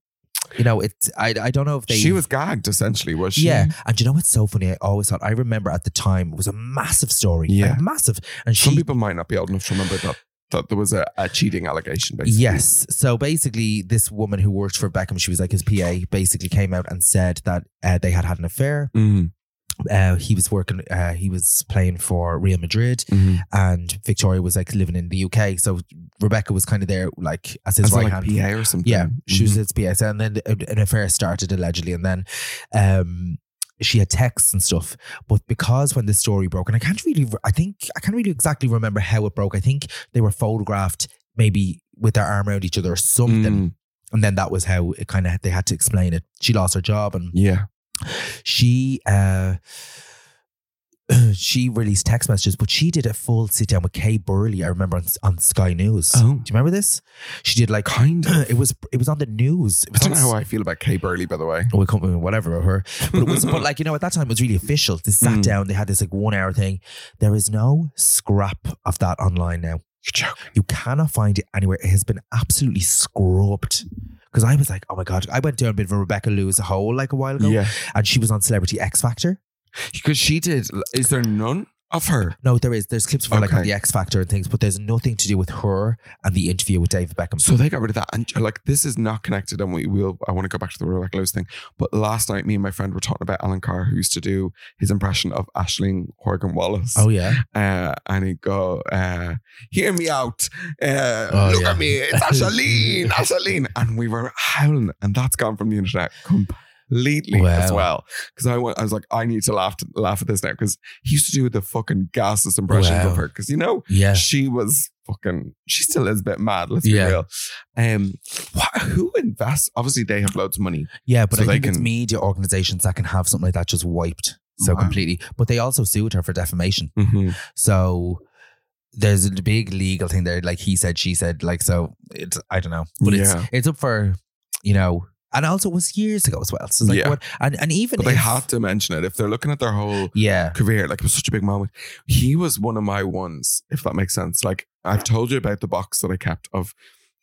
Speaker 3: you know, it's I I don't know if they
Speaker 2: she was gagged, essentially, was she?
Speaker 3: Yeah. And you know what's so funny? I always thought I remember at the time it was a massive story. like
Speaker 2: Yeah.
Speaker 3: massive. And she
Speaker 2: Some people might not be old enough to remember that, that there was a, a cheating allegation, basically.
Speaker 3: Yes. So basically, this woman who worked for Beckham, she was like his PA, basically came out and said that uh, they had had an affair.
Speaker 2: Mm,
Speaker 3: Uh, he was working, uh, he was playing for Real Madrid,
Speaker 2: mhm.
Speaker 3: and Victoria was like living in the UK. So Rebecca was kind of there, like as his
Speaker 2: As a,
Speaker 3: right
Speaker 2: like,
Speaker 3: hand.
Speaker 2: PA or something.
Speaker 3: Yeah, she was
Speaker 2: Mhm.
Speaker 3: his PA. And then an an affair started allegedly, and then um, she had texts and stuff. But because when the story broke, and I can't really, re- I think I can't really exactly remember how it broke. I think they were photographed maybe with their arm around each other or something.
Speaker 2: Mm,
Speaker 3: And then that was how it kind of they had to explain it. She lost her job and
Speaker 2: yeah.
Speaker 3: she uh (clears throat) she released text messages, but she did a full sit down with Kay Burley. I remember on, on Sky News.
Speaker 2: Oh.
Speaker 3: Do you remember this? She did like
Speaker 2: Kind
Speaker 3: (clears throat)
Speaker 2: of.
Speaker 3: it was it was on the news. It
Speaker 2: I
Speaker 3: was
Speaker 2: don't
Speaker 3: on
Speaker 2: know how I feel about Kay Burley, by the way.
Speaker 3: we come whatever of her, but it was but like you know at that time it was really official. They sat
Speaker 2: Mm.
Speaker 3: down, they had this like one hour thing. There is no scrap of that online now.
Speaker 2: You're joking.
Speaker 3: You cannot find it anywhere. It has been absolutely scrubbed. Because I was like, oh my god, I went down a bit of a Rebecca Lewis hole like a while ago,
Speaker 2: Yeah.
Speaker 3: and she was on Celebrity X Factor.
Speaker 2: Because she did. Is there none of her?
Speaker 3: No, there is. There's clips of her, like on
Speaker 2: Okay.
Speaker 3: the X Factor and things, but there's nothing to do with her and the interview with David Beckham.
Speaker 2: So they got rid of that. And like, this is not connected. And we will, I want to go back to the Rebecca Lewis thing. But last night, me and my friend were talking about Alan Carr, who used to do his impression of Ashling Horgan Wallace.
Speaker 3: oh yeah,
Speaker 2: Uh, and he'd go, uh, hear me out. Uh,
Speaker 3: Oh,
Speaker 2: look
Speaker 3: yeah.
Speaker 2: at me.
Speaker 3: (laughs)
Speaker 2: It's Ashling, Ashling. And we were howling. And that's gone from the internet completely as
Speaker 3: Wow.
Speaker 2: well. Because I, went- I was like, I need to laugh, laugh at this now. Because he used to do the fucking gaseous impressions
Speaker 3: Wow.
Speaker 2: of her. Because, you know,
Speaker 3: yeah.
Speaker 2: she was fucking she still is a bit mad let's
Speaker 3: Yeah.
Speaker 2: be real um wha- who invests obviously they have loads of money
Speaker 3: Yeah, but
Speaker 2: So
Speaker 3: I
Speaker 2: they
Speaker 3: think it's
Speaker 2: can-
Speaker 3: media organizations that can have something like that just wiped so
Speaker 2: Wow.
Speaker 3: completely. But they also sued her for defamation. So there's a big legal thing there. Like he said, she said. Like so, it's I don't know, but
Speaker 2: Yeah.
Speaker 3: it's it's up for you know. And also, it was years ago as well. So it's like
Speaker 2: Yeah.
Speaker 3: what? And and even
Speaker 2: but they
Speaker 3: if-
Speaker 2: have to mention it if they're looking at their whole
Speaker 3: Yeah.
Speaker 2: career like it was such a big moment he was one of my ones if that makes sense like i've told you about the box that i kept of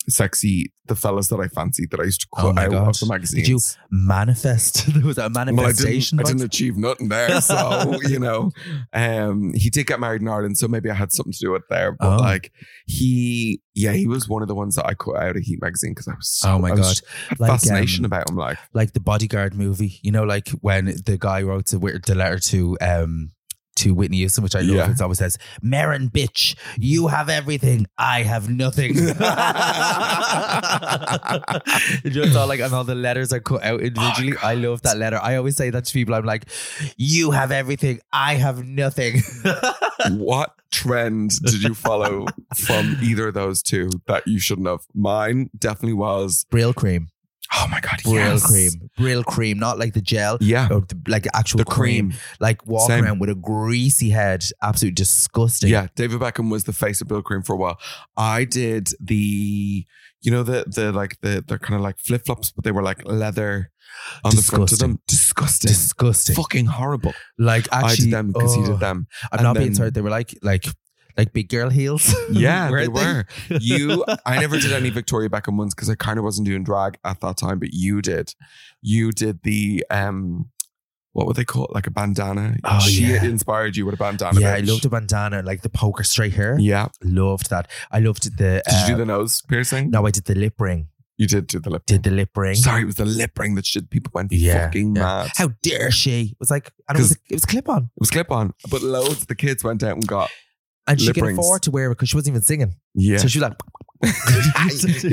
Speaker 2: sexy the fellas that i fancied that i used to
Speaker 3: Oh
Speaker 2: cut
Speaker 3: my
Speaker 2: out
Speaker 3: God.
Speaker 2: of the magazines
Speaker 3: Did you manifest? (laughs) there was a
Speaker 2: well, I didn't,
Speaker 3: manifestation.
Speaker 2: I
Speaker 3: box.
Speaker 2: didn't achieve nothing
Speaker 3: (laughs)
Speaker 2: there, so you know, um, he did get married in Ireland, so maybe I had something to do with it there. But
Speaker 3: Oh.
Speaker 2: like, he, yeah, he was one of the ones that I cut out of Heat magazine because I was, so,
Speaker 3: Oh my
Speaker 2: I was
Speaker 3: god!
Speaker 2: just had
Speaker 3: Like,
Speaker 2: fascination
Speaker 3: um,
Speaker 2: about him. Like,
Speaker 3: like the bodyguard movie you know like when the guy wrote to, the letter to um to Whitney Houston which I love
Speaker 2: Yeah.
Speaker 3: it always says Marin bitch you have everything I have
Speaker 2: (laughs)
Speaker 3: nothing (laughs) just all like and all the letters are cut out individually
Speaker 2: Oh,
Speaker 3: I love that letter I always say that to people I'm like you have everything I have nothing (laughs)
Speaker 2: what trend did you follow from
Speaker 3: (laughs)
Speaker 2: either of those two that you shouldn't have? Mine definitely was.
Speaker 3: Brill cream
Speaker 2: Oh my god,
Speaker 3: Brill
Speaker 2: yes.
Speaker 3: cream Brill cream not like the gel
Speaker 2: yeah,
Speaker 3: or the, like actual
Speaker 2: the
Speaker 3: cream.
Speaker 2: cream.
Speaker 3: like walk
Speaker 2: Same.
Speaker 3: around with a greasy head, absolutely disgusting.
Speaker 2: Yeah, David Beckham was the face of Bill Cream for a while. I did the, you know, the the like the they're kind of like flip flops, but they were like leather on the front of them. Disgusting,
Speaker 3: disgusting.
Speaker 2: fucking horrible.
Speaker 3: Like actually,
Speaker 2: I did them because he
Speaker 3: oh,
Speaker 2: did them.
Speaker 3: I'm
Speaker 2: And
Speaker 3: not being
Speaker 2: then-
Speaker 3: sorry. They were like like like big girl heels.
Speaker 2: (laughs)
Speaker 3: (laughs)
Speaker 2: Yeah, they
Speaker 3: Weren't
Speaker 2: were.
Speaker 3: (laughs)
Speaker 2: You, I never did any Victoria Beckham ones because I kind of wasn't doing drag at that time, but you did. You did the um, what would they call it? Like a bandana.
Speaker 3: Oh,
Speaker 2: she
Speaker 3: yeah.
Speaker 2: inspired you with a bandana.
Speaker 3: Yeah, I
Speaker 2: bitch.
Speaker 3: loved the bandana, like the poker straight hair.
Speaker 2: Yeah,
Speaker 3: Loved that. I loved the.
Speaker 2: did you
Speaker 3: uh,
Speaker 2: do the nose piercing?
Speaker 3: No, I did the lip ring.
Speaker 2: you did do the lip.
Speaker 3: Did the lip ring?
Speaker 2: Sorry, it was the lip ring that shit. People went
Speaker 3: Yeah,
Speaker 2: fucking
Speaker 3: yeah.
Speaker 2: mad.
Speaker 3: How dare she? It was like, and it was it was clip on,
Speaker 2: It was clip on, but loads of the kids went out and got.
Speaker 3: and she
Speaker 2: Lip
Speaker 3: could
Speaker 2: rings.
Speaker 3: afford to wear it because she wasn't even singing.
Speaker 2: Yeah.
Speaker 3: So she was like, (laughs)
Speaker 2: yeah,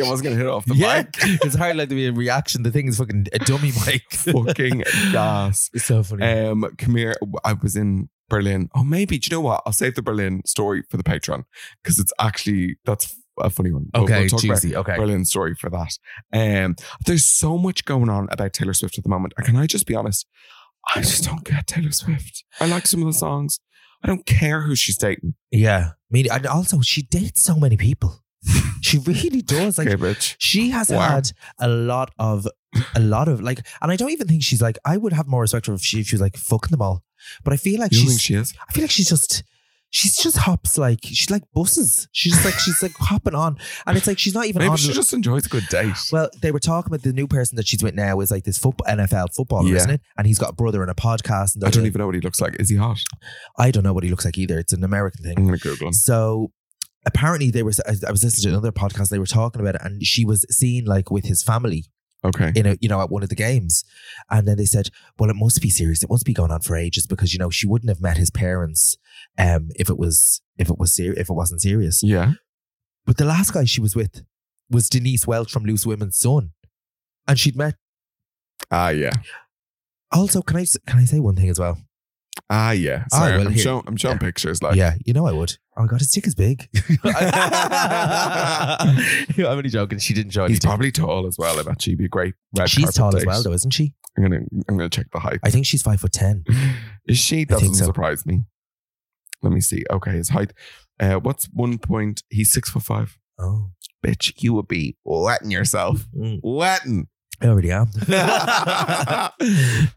Speaker 2: I was going to hit it off the
Speaker 3: yeah,
Speaker 2: mic.
Speaker 3: it's hard like to be a reaction. The thing is fucking a dummy (laughs) mic.
Speaker 2: Fucking
Speaker 3: (laughs)
Speaker 2: gas.
Speaker 3: It's so funny.
Speaker 2: Um, come here. I was in Berlin. Oh, maybe. Do you know what? I'll save the Berlin story for the Patreon because it's actually, that's a funny one. We'll-
Speaker 3: okay,
Speaker 2: we'll talk about
Speaker 3: juicy. Okay.
Speaker 2: Berlin story for that. Um, there's so much going on about Taylor Swift at the moment. And can I just be honest? I just don't get Taylor Swift. I like some of the songs. I don't care who she's dating. (laughs)
Speaker 3: Yeah. I mean, and also she dates so many people. She really does. Like
Speaker 2: okay, bitch.
Speaker 3: she has
Speaker 2: Wow.
Speaker 3: had a lot of a lot of like and I don't even think she's like I would have more respect for her if she if she was like fucking them all. But I feel like
Speaker 2: You don't
Speaker 3: she's
Speaker 2: think she is?
Speaker 3: I feel like she's just she's just hops like she's like buses. She's just like she's like hopping on. And it's like she's not even
Speaker 2: Maybe
Speaker 3: on
Speaker 2: she just enjoys a good date.
Speaker 3: well, they were talking about the new person that she's with now is like this football NFL footballer,
Speaker 2: Yeah.
Speaker 3: isn't it? And he's got a brother and a podcast. And
Speaker 2: I don't
Speaker 3: da-da-da.
Speaker 2: even know what he looks like. Is he hot?
Speaker 3: I don't know what he looks like either. It's an American thing.
Speaker 2: I'm gonna Google him.
Speaker 3: So apparently they were I I was listening to another podcast they were talking about it and she was seen like with his family
Speaker 2: Okay.
Speaker 3: in a you know at one of the games and then they said well it must be serious it must be going on for ages because you know she wouldn't have met his parents um if it was if it was ser- if it wasn't serious
Speaker 2: Yeah.
Speaker 3: but the last guy she was with was Denise Welch from Loose Women's son and she'd met
Speaker 2: Ah, yeah.
Speaker 3: also can I s- can I say one thing as well
Speaker 2: Ah, yeah.
Speaker 3: Ah,
Speaker 2: Sorry,
Speaker 3: well,
Speaker 2: I'm,
Speaker 3: here-
Speaker 2: showing, I'm showing pictures. Like,
Speaker 3: yeah, you know I would. Oh my god, his dick is big. (laughs) I'm only joking. She didn't show
Speaker 2: he's
Speaker 3: any dick.
Speaker 2: probably tall as well. I bet she'd be a great. Red
Speaker 3: She's
Speaker 2: carpet
Speaker 3: tall as
Speaker 2: date.
Speaker 3: well, though, isn't she?
Speaker 2: I'm gonna, I'm gonna check the height.
Speaker 3: I think she's five foot ten.
Speaker 2: (laughs) Is she? That
Speaker 3: think
Speaker 2: doesn't
Speaker 3: so.
Speaker 2: surprise me. Let me see. Okay, his height. Uh, what's one point? He's six foot five.
Speaker 3: Oh,
Speaker 2: Bitch, you would be wetting yourself.
Speaker 3: Mm.
Speaker 2: Wetting.
Speaker 3: I already (laughs) am.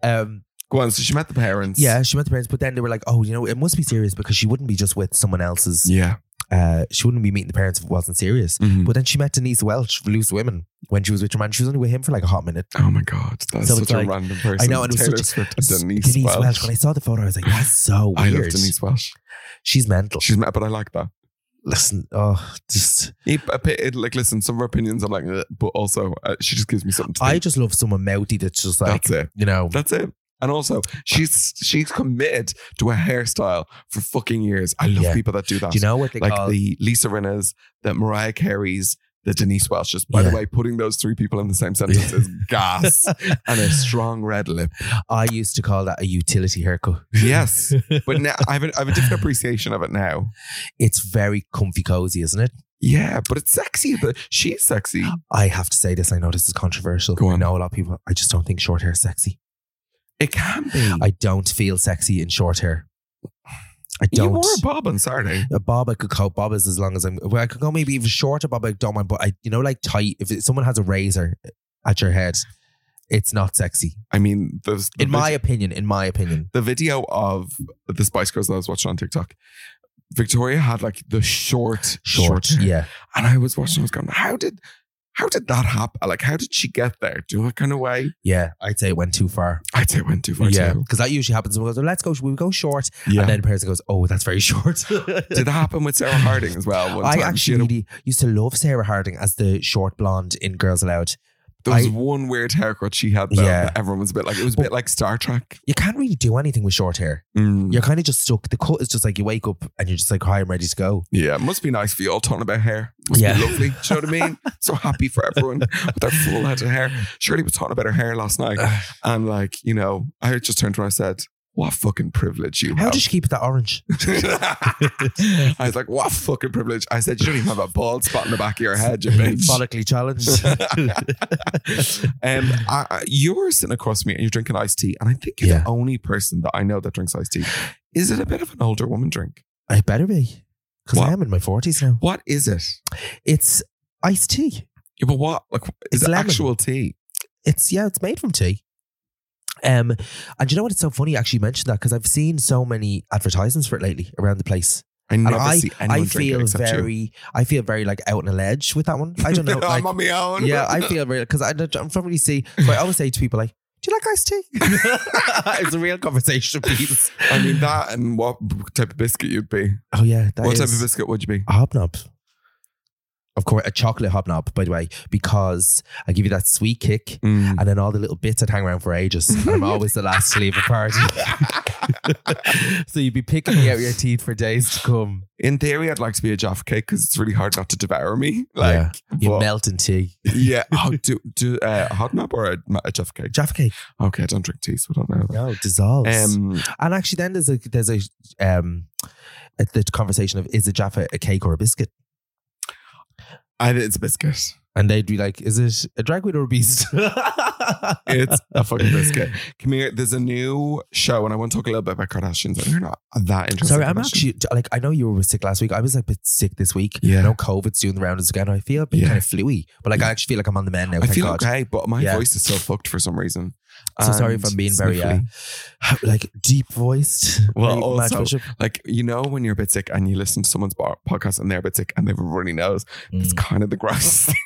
Speaker 2: Go
Speaker 3: um,
Speaker 2: on. So she met the parents.
Speaker 3: yeah, she met the parents, but then they were like, "Oh, you know, it must be serious because she wouldn't be just with someone else's.
Speaker 2: Yeah.
Speaker 3: Uh, she wouldn't be meeting the parents if it wasn't serious."
Speaker 2: Mhm.
Speaker 3: But then she met Denise Welch, Loose Women, when she was with her man. She was only with him for like a hot minute.
Speaker 2: Oh my god, that's
Speaker 3: So it's
Speaker 2: such a
Speaker 3: like-
Speaker 2: random person.
Speaker 3: I know, and it was
Speaker 2: Taylor
Speaker 3: such-
Speaker 2: Swift and Denise, Welch.
Speaker 3: When I saw the photo, I was like, "That's so
Speaker 2: I
Speaker 3: weird."
Speaker 2: love Denise Welch.
Speaker 3: She's mental.
Speaker 2: She's mad, but I like that.
Speaker 3: Listen, oh, just
Speaker 2: It, it, like, listen, some of her opinions I'm like, "Ugh," but also uh, she just gives me something. To
Speaker 3: I
Speaker 2: think.
Speaker 3: just love someone mouthy that's just like
Speaker 2: that's it.
Speaker 3: you know.
Speaker 2: That's it. And also, she's she's committed to a hairstyle for fucking years. I love
Speaker 3: Yeah.
Speaker 2: people that do that.
Speaker 3: Do you know uh, what they
Speaker 2: like
Speaker 3: call? (laughs)
Speaker 2: the Lisa Rinna's, the Mariah Carey's, the Denise Welch's. By
Speaker 3: Yeah.
Speaker 2: the way, putting those three people in
Speaker 3: (laughs)
Speaker 2: the same sentence is gas and a strong red lip.
Speaker 3: I used to call that a utility haircut. (laughs)
Speaker 2: Yes, but now I have a, I have a different appreciation of it now.
Speaker 3: It's very comfy cozy, isn't it?
Speaker 2: Yeah, but it's sexy. But she's sexy.
Speaker 3: I have to say this. I know this is controversial.
Speaker 2: Go on.
Speaker 3: I know a lot of people. I just don't think short hair is sexy.
Speaker 2: It can be.
Speaker 3: I don't feel sexy in short hair. I
Speaker 2: you
Speaker 3: don't.
Speaker 2: wore a bob on Saturday.
Speaker 3: a bob I could go bob is as long as I'm. Well, I could go maybe even shorter bob. I don't mind, but I you know like tight. If it- someone has a razor at your head, it's not sexy.
Speaker 2: I mean, the, the
Speaker 3: In my
Speaker 2: vid-
Speaker 3: opinion, in my opinion,
Speaker 2: the video of the Spice Girls that I was watching on TikTok, Victoria had like the short,
Speaker 3: short.
Speaker 2: short
Speaker 3: yeah,
Speaker 2: and I was watching. I was going, how did, how did that happen? Like, how did she get there? Do you know that kind of way?
Speaker 3: yeah. I'd say it went too far.
Speaker 2: I'd say it went too far.
Speaker 3: yeah,
Speaker 2: too.
Speaker 3: because that usually happens. Someone goes, "Oh, "Let's go. We go short,"
Speaker 2: yeah.
Speaker 3: and then the person goes, "Oh, that's very (laughs) short."
Speaker 2: (laughs) did that happen with Sarah Harding as well? One
Speaker 3: I
Speaker 2: time?
Speaker 3: actually
Speaker 2: She had a-
Speaker 3: really used to love Sarah Harding as the short blonde in Girls Aloud.
Speaker 2: there was
Speaker 3: I-
Speaker 2: one weird haircut she had. Though,
Speaker 3: Yeah.
Speaker 2: that everyone was a bit like it was a
Speaker 3: But-
Speaker 2: bit like Star Trek.
Speaker 3: You can't really do anything with short hair.
Speaker 2: Mm.
Speaker 3: You're kind of just stuck. The cut is just like you wake up and you're just like, "Hi, I'm ready to go."
Speaker 2: Yeah, it must be nice for you all talking about hair. Must
Speaker 3: Yeah.
Speaker 2: be lovely. Do you know what
Speaker 3: (laughs)
Speaker 2: I mean? so happy for everyone with their full head of hair. Shirley was talking about her hair last night. And like, you know, I just turned to her and I said, What fucking privilege you
Speaker 3: How
Speaker 2: have.
Speaker 3: does she (laughs) keep it that orange?
Speaker 2: (laughs) I was like, What fucking privilege? I said, You don't even have a bald spot in the back of your head,
Speaker 3: (laughs)
Speaker 2: you bitch.
Speaker 3: Follically challenged.
Speaker 2: (laughs) um, I, I- you were sitting across from me and you're drinking iced tea. And I think you're
Speaker 3: Yeah.
Speaker 2: the only person that I know that drinks iced tea. Is it a bit of an older woman drink?
Speaker 3: I better be because
Speaker 2: What?
Speaker 3: I am in my forties now.
Speaker 2: What is it?
Speaker 3: It's iced tea.
Speaker 2: Yeah, but what? Like, is
Speaker 3: It's
Speaker 2: it
Speaker 3: lemon.
Speaker 2: actual tea?
Speaker 3: It's yeah, it's made from tea. Um, and you know what? It's so funny. You actually mentioned that because I've seen so many advertisements for it lately around the place.
Speaker 2: I
Speaker 3: And
Speaker 2: never
Speaker 3: I,
Speaker 2: see anyone
Speaker 3: I
Speaker 2: drink it
Speaker 3: feel
Speaker 2: except you.
Speaker 3: very, I feel very like out on a ledge with that one. I don't know. like,
Speaker 2: (laughs) I'm on my own.
Speaker 3: yeah, I feel very because I don't, I'm from really see. So I always say to people like, "Do you like iced tea?" (laughs) it's a real conversation piece.
Speaker 2: (laughs) I mean that, and what type of biscuit you'd be?
Speaker 3: Oh yeah, that
Speaker 2: what type
Speaker 3: is-
Speaker 2: of biscuit would you be?
Speaker 3: a hobnob. Of course, a chocolate hobnob, by the way, because I give you that sweet kick
Speaker 2: Mm.
Speaker 3: (laughs) and then all the little bits that hang around for ages. And I'm always the last to leave a party. (laughs) so you'd be picking me out your teeth for days to come.
Speaker 2: In theory, I'd like to be a Jaffa cake because it's really hard not to devour me. Like,
Speaker 3: you
Speaker 2: but-
Speaker 3: melt in tea.
Speaker 2: yeah. Oh, do do uh, a hot knob or a, a Jaffa cake?
Speaker 3: Jaffa cake.
Speaker 2: Okay, I don't drink tea, so I don't know. that.
Speaker 3: No, it dissolves.
Speaker 2: Um,
Speaker 3: and actually, then there's a there's a um a, the conversation of is a Jaffa a cake or a biscuit?
Speaker 2: I think it's a biscuit.
Speaker 3: And they'd be like, is it a drag queen or a beast? (laughs)
Speaker 2: It's a fucking biscuit. Come here. There's a new show, and I want to talk a little bit about Kardashians. And you're not that interested.
Speaker 3: Sorry,
Speaker 2: in
Speaker 3: I'm
Speaker 2: Kardashians.
Speaker 3: actually like I know you were sick last week. I was a bit sick this week.
Speaker 2: Yeah.
Speaker 3: I know COVID's doing the rounds again. I feel a bit
Speaker 2: Yeah.
Speaker 3: kind of fluey, but like I actually feel like I'm on the mend now.
Speaker 2: I
Speaker 3: Oh, thank
Speaker 2: feel
Speaker 3: God.
Speaker 2: okay, but my
Speaker 3: Yeah.
Speaker 2: voice is still fucked for some reason.
Speaker 3: So sorry
Speaker 2: And
Speaker 3: if I'm being very uh,
Speaker 2: sniffly.
Speaker 3: like deep voiced.
Speaker 2: (laughs) Well,
Speaker 3: like, Matt
Speaker 2: also-
Speaker 3: Bishop.
Speaker 2: like you know when you're a bit sick and you listen to someone's bo- podcast and they're a bit sick and they have a runny nose. It's
Speaker 3: Mm.
Speaker 2: kind of the gross. (laughs)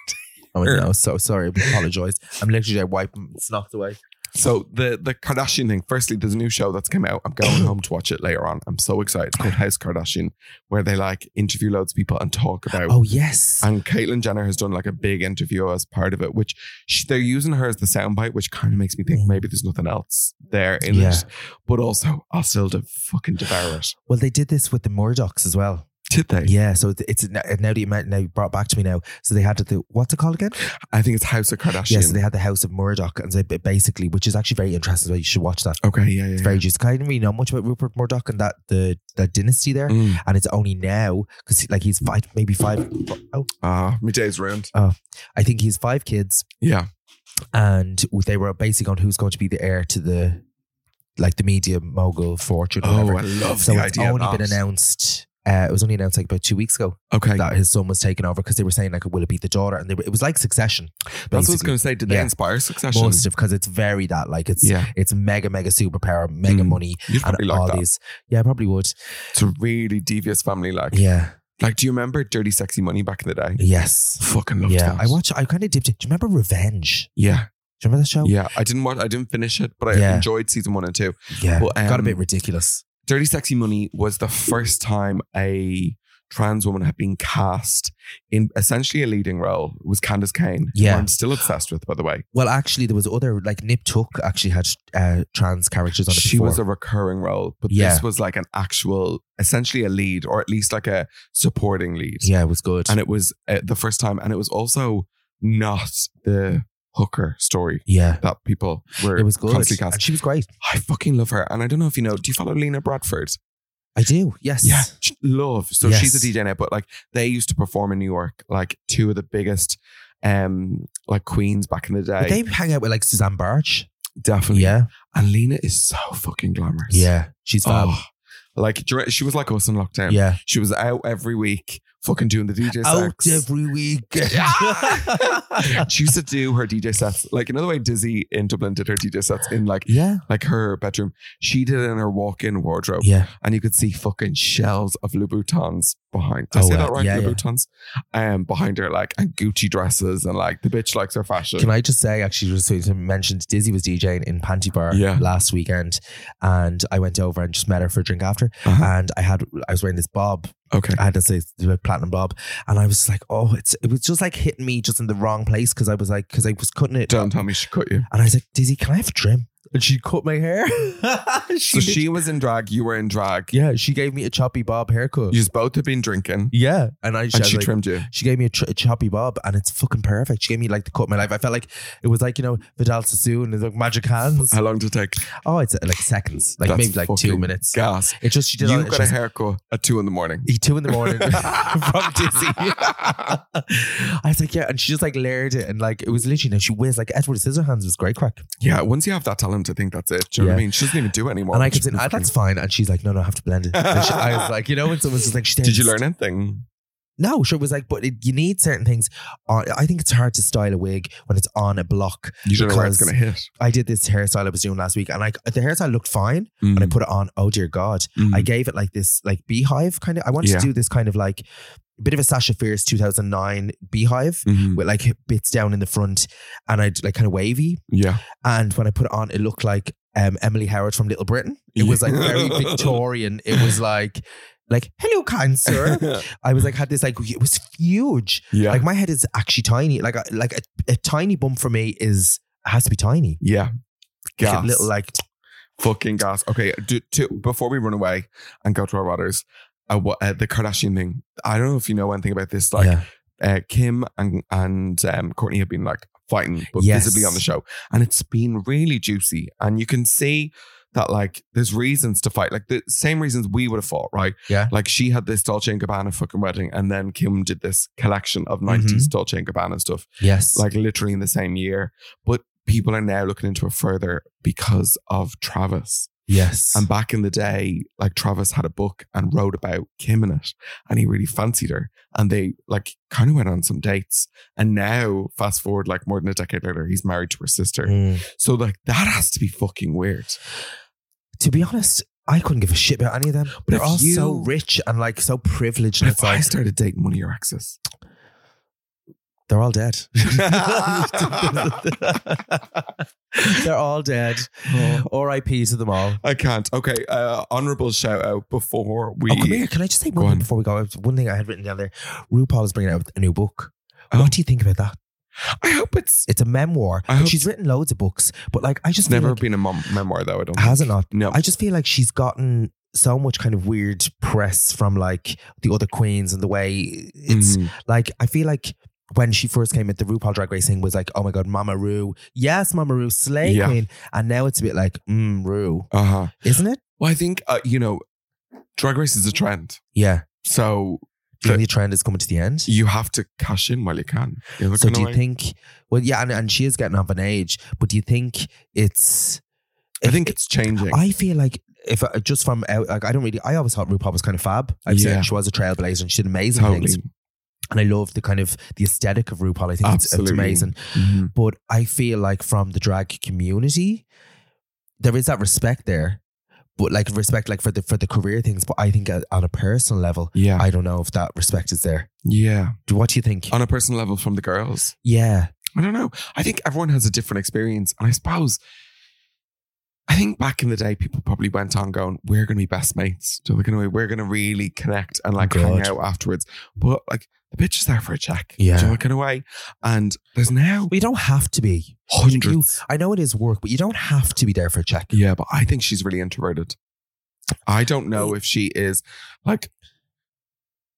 Speaker 3: Oh no, so sorry. I apologize. I'm literally just wiping snot away.
Speaker 2: so the the Kardashian thing. Firstly, there's a new show that's come out. I'm
Speaker 3: (clears throat)
Speaker 2: going home to watch it later on. I'm so excited. It's called House Kardashian, where they like interview loads of people and talk about.
Speaker 3: Oh yes.
Speaker 2: And Caitlyn Jenner has done like a big interview as part of it, which she, they're using her as the soundbite, which kind of makes me think maybe there's nothing else there in
Speaker 3: Mm. Yeah.
Speaker 2: it. But also, I'll still de- fucking devour it.
Speaker 3: Well, they did this with the Murdochs as well.
Speaker 2: Did they?
Speaker 3: Yeah, so it's- it's now now that you meant, now you brought back to me now. So they had the what's it called again?
Speaker 2: I think it's House of Kardashian.
Speaker 3: Yes, they had the House of Murdoch, and they basically, which is actually very interesting. So you should watch that.
Speaker 2: okay, yeah, yeah.
Speaker 3: It's
Speaker 2: yeah.
Speaker 3: very juicy. 'Cause I didn't really know much about Rupert Murdoch and that the that dynasty there,
Speaker 2: Mm.
Speaker 3: and it's only now because like he's five, maybe five. Oh,
Speaker 2: Ah, my day's ruined.
Speaker 3: I think he's five kids,
Speaker 2: Yeah.
Speaker 3: and they were basically on who's going to be the heir to the like the media mogul fortune. Or whatever.
Speaker 2: Oh, love
Speaker 3: so it's only been announced. Uh, it was only announced like about two weeks ago
Speaker 2: Okay.
Speaker 3: that his son was taken over because they were saying like, will it be the daughter? And they were, it was like Succession.
Speaker 2: That's what I was
Speaker 3: basically.
Speaker 2: going to say. Did they
Speaker 3: Yeah.
Speaker 2: inspire Succession?
Speaker 3: most of because it's very that like it's
Speaker 2: Yeah.
Speaker 3: it's mega mega superpower, mega
Speaker 2: Mm.
Speaker 3: money,
Speaker 2: You'd
Speaker 3: and
Speaker 2: probably
Speaker 3: all
Speaker 2: like that.
Speaker 3: these. Yeah, I probably would.
Speaker 2: It's a really devious family. Like,
Speaker 3: Yeah.
Speaker 2: like, do you remember Dirty Sexy Money back in the day?
Speaker 3: Yes.
Speaker 2: Fucking loved
Speaker 3: yeah.
Speaker 2: that.
Speaker 3: I watch. I kind of dipped. in- Do you remember Revenge?
Speaker 2: Yeah,
Speaker 3: Do you remember that show?
Speaker 2: yeah. I didn't watch. I didn't finish it, but I
Speaker 3: Oh. Yeah.
Speaker 2: enjoyed season one and two.
Speaker 3: Yeah.
Speaker 2: But,
Speaker 3: Got a
Speaker 2: um,
Speaker 3: bit ridiculous.
Speaker 2: Dirty Sexy Money was the first time a trans woman had been cast in essentially a leading role. It was Candace Kane, who
Speaker 3: Yeah.
Speaker 2: I'm still obsessed with, by the way.
Speaker 3: Well, actually, there was other like Nip Tuck actually had uh, trans characters on it.
Speaker 2: She
Speaker 3: before.
Speaker 2: was a recurring role, but
Speaker 3: Yeah.
Speaker 2: this was like an actual, essentially a lead, or at least like a supporting lead.
Speaker 3: yeah, it was good.
Speaker 2: And it was uh, the first time, and it was also not the hooker story
Speaker 3: yeah,
Speaker 2: that people were
Speaker 3: it was good.
Speaker 2: constantly
Speaker 3: And
Speaker 2: cast.
Speaker 3: she was great.
Speaker 2: I fucking love her, and I don't know if you know. Do you follow Lena Bradford?
Speaker 3: I do. Yes.
Speaker 2: Ch- love. So
Speaker 3: Yes.
Speaker 2: she's a DJ now, but like they used to perform in New York, like two of the biggest, um, like queens back in the day.
Speaker 3: But they hang out with like Suzanne Barge.
Speaker 2: Definitely,
Speaker 3: Yeah.
Speaker 2: And Lena is so fucking glamorous.
Speaker 3: Yeah. She's fab.
Speaker 2: Oh, like dur- she was like us in lockdown.
Speaker 3: yeah.
Speaker 2: She was out every week, fucking doing the DJ
Speaker 3: Out
Speaker 2: sets.
Speaker 3: every week.
Speaker 2: Yeah. (laughs) she used to do her DJ sets. Like another way Dizzy in Dublin did her DJ sets in like
Speaker 3: yeah.
Speaker 2: like her bedroom. She did it in her walk-in wardrobe.
Speaker 3: Yeah.
Speaker 2: And you could see fucking shelves of Louboutins behind. Did I
Speaker 3: Oh,
Speaker 2: say
Speaker 3: wow.
Speaker 2: that right?
Speaker 3: Yeah, yeah.
Speaker 2: Louboutins. Um behind her, like and Gucci dresses and like the bitch likes her fashion.
Speaker 3: (laughs) Can I just say, actually, just so you mentioned Dizzy was DJing in Panty Bar
Speaker 2: Yeah.
Speaker 3: last weekend, and I went over and just met her for a drink after,
Speaker 2: Uh-huh.
Speaker 3: and I had I was wearing this bob,
Speaker 2: okay.
Speaker 3: I had this, this platinum bob, and I was like, oh, it's it was just like hitting me just in the wrong place because I was like because I was cutting it,
Speaker 2: Don't tell me she cut you.
Speaker 3: and I was like, Dizzy, can I have a trim? And she cut my hair. (laughs)
Speaker 2: So she was in drag, you were in drag.
Speaker 3: yeah, she gave me a choppy bob haircut.
Speaker 2: You both have been drinking.
Speaker 3: yeah, and I,
Speaker 2: And
Speaker 3: I
Speaker 2: she
Speaker 3: was like,
Speaker 2: trimmed you.
Speaker 3: She gave me a, tr- a choppy bob, and it's fucking perfect. She gave me like the cut of my life. I felt like it was like you know Vidal Sassoon and like magic hands.
Speaker 2: How long did it take?
Speaker 3: Oh, it's uh, like seconds, like
Speaker 2: Uh, That's
Speaker 3: maybe like two
Speaker 2: fucking
Speaker 3: minutes.
Speaker 2: Gas.
Speaker 3: It's just she did.
Speaker 2: you
Speaker 3: all-
Speaker 2: got
Speaker 3: she
Speaker 2: a
Speaker 3: was-
Speaker 2: haircut at two in the morning.
Speaker 3: e- two in the
Speaker 2: (laughs)
Speaker 3: morning (laughs) from Dizzy. I was like, yeah, and she just like layered it, and like it was literally, you know, she whizzed like Edward Scissorhands was great crack,
Speaker 2: Yeah, once you have that talent, I think that's it. Do you know what I
Speaker 3: Yeah.
Speaker 2: mean? She doesn't even do it anymore.
Speaker 3: and I
Speaker 2: which
Speaker 3: kept
Speaker 2: is
Speaker 3: saying, ah,
Speaker 2: fucking-
Speaker 3: that's fine, and she's like, no, no, I have to blend it. And she-
Speaker 2: (laughs)
Speaker 3: I was like, you know, when someone's just like, she
Speaker 2: Did you learn anything?
Speaker 3: No, sure. It was like, but it, you need certain things. On, I think it's hard to style a wig when it's on a block.
Speaker 2: You don't know where it's
Speaker 3: because
Speaker 2: going to hit.
Speaker 3: I did this hairstyle I was doing last week, and like the hairstyle looked fine, and I put it on. Oh dear God!
Speaker 2: Mm.
Speaker 3: I gave it like this, like beehive kind of. I wanted
Speaker 2: Yeah.
Speaker 3: to do this kind of like a bit of a Sasha Fierce 2009 beehive
Speaker 2: Mhm.
Speaker 3: with like bits down in the front, and I like kind of wavy.
Speaker 2: Yeah.
Speaker 3: And when I put it on, it looked like um, Emily Howard from Little Britain. It was like
Speaker 2: (laughs)
Speaker 3: very
Speaker 2: Yeah.
Speaker 3: Victorian. It was like. Like, hello, kind sir. I was like, had this like, it was huge.
Speaker 2: Mm-hmm. yeah.
Speaker 3: (laughs) Like, my head is actually tiny. Like, a, like a, a tiny bump for me is has to be tiny.
Speaker 2: yeah.
Speaker 3: Like a
Speaker 2: Gas.
Speaker 3: little like
Speaker 2: Fucking gas. Okay. Do, to, before we run away and go to our waters, uh, what, uh, the Kardashian thing. I don't know if you know anything about this. Like,
Speaker 3: Yeah.
Speaker 2: uh, Kim and and um, Courtney have been like fighting, but
Speaker 3: Yes.
Speaker 2: visibly on the show, and it's been really juicy. And you can see that like there's reasons to fight, like the same reasons we would have fought, right?
Speaker 3: Yeah.
Speaker 2: Like she had this Dolce and Gabbana fucking wedding, and then Kim
Speaker 3: Mm-hmm.
Speaker 2: did this collection of '90s Dolce and Gabbana stuff,
Speaker 3: yes,
Speaker 2: like literally in the same year. But people are now looking into it further because of Travis.
Speaker 3: Yes.
Speaker 2: And back in the day, like Travis had a book and wrote about Kim in it, and he really fancied her. And they like kind of went on some dates. And now, fast forward like more than a decade later, he's married to her sister.
Speaker 3: Mm.
Speaker 2: So like that has to be fucking weird.
Speaker 3: To be honest, I couldn't give a shit about any of them. But
Speaker 2: But
Speaker 3: they're
Speaker 2: if
Speaker 3: all so
Speaker 2: you-
Speaker 3: rich and like so privileged.
Speaker 2: But
Speaker 3: And
Speaker 2: if
Speaker 3: it's like,
Speaker 2: I started dating one of your exes,
Speaker 3: they're all dead.
Speaker 2: (laughs)
Speaker 3: (laughs) they're all dead.
Speaker 2: Oh.
Speaker 3: R.I.P. to them all.
Speaker 2: I can't. Okay, uh, honorable shout out before we.
Speaker 3: Oh, come here. Can I just say one
Speaker 2: Go
Speaker 3: thing
Speaker 2: on.
Speaker 3: before we go? One thing I had written down there. RuPaul is bringing out a new book.
Speaker 2: Oh.
Speaker 3: What do you think about that?
Speaker 2: I hope it's,
Speaker 3: It's a memoir.
Speaker 2: I hope-
Speaker 3: She's written loads of books, but like I just
Speaker 2: it's
Speaker 3: feel
Speaker 2: never
Speaker 3: like-
Speaker 2: been a mom- memoir though. I don't.
Speaker 3: has it not?
Speaker 2: No.
Speaker 3: I just feel like she's gotten so much kind of weird press from like the other queens and the way it's
Speaker 2: Mhm.
Speaker 3: like I feel like when she first came in, the RuPaul Drag Race thing was like, oh my god, Mama Ru, yes, Mama Ru, slay
Speaker 2: Yeah.
Speaker 3: queen, and now it's a bit like, mm, Ru,
Speaker 2: Uh huh.
Speaker 3: isn't it?
Speaker 2: Well, I think uh, you know, drag race is a trend,
Speaker 3: Yeah.
Speaker 2: so
Speaker 3: Do you
Speaker 2: But-
Speaker 3: think the trend is coming to the end?
Speaker 2: you have to cash in while you can. You're
Speaker 3: So
Speaker 2: looking
Speaker 3: do you
Speaker 2: away.
Speaker 3: think? Well, yeah, and, and she is getting up in age, but do you think it's?
Speaker 2: I think it's changing.
Speaker 3: I feel like if I, just from out, like I don't really. I always thought RuPaul was kind of fab. I've
Speaker 2: Yeah.
Speaker 3: said she was a trailblazer and she did amazing
Speaker 2: totally.
Speaker 3: things, and I love the kind of the aesthetic of RuPaul. I think it's, it's
Speaker 2: Absolutely.
Speaker 3: amazing.
Speaker 2: Mhm.
Speaker 3: But I feel like from the drag community, there is that respect there, but like respect like for the for the career things. But I think uh, on a personal level,
Speaker 2: Yeah.
Speaker 3: I don't know if that respect is there.
Speaker 2: yeah.
Speaker 3: Do- What do you think?
Speaker 2: On a personal level, from the girls.
Speaker 3: yeah,
Speaker 2: I don't know. I think everyone has a different experience. And I suppose, I think back in the day, people probably went on going, we're going to be best mates. So we're going to, we're going to really connect and like hang
Speaker 3: God.
Speaker 2: out afterwards. But like the bitch is there for a check.
Speaker 3: Yeah.
Speaker 2: So kind of way. And there's now
Speaker 3: we don't have to be You-
Speaker 2: hundreds.
Speaker 3: I know it is work, but you don't have to be there for a check.
Speaker 2: Yeah. But I think she's really introverted. I don't know if she is like,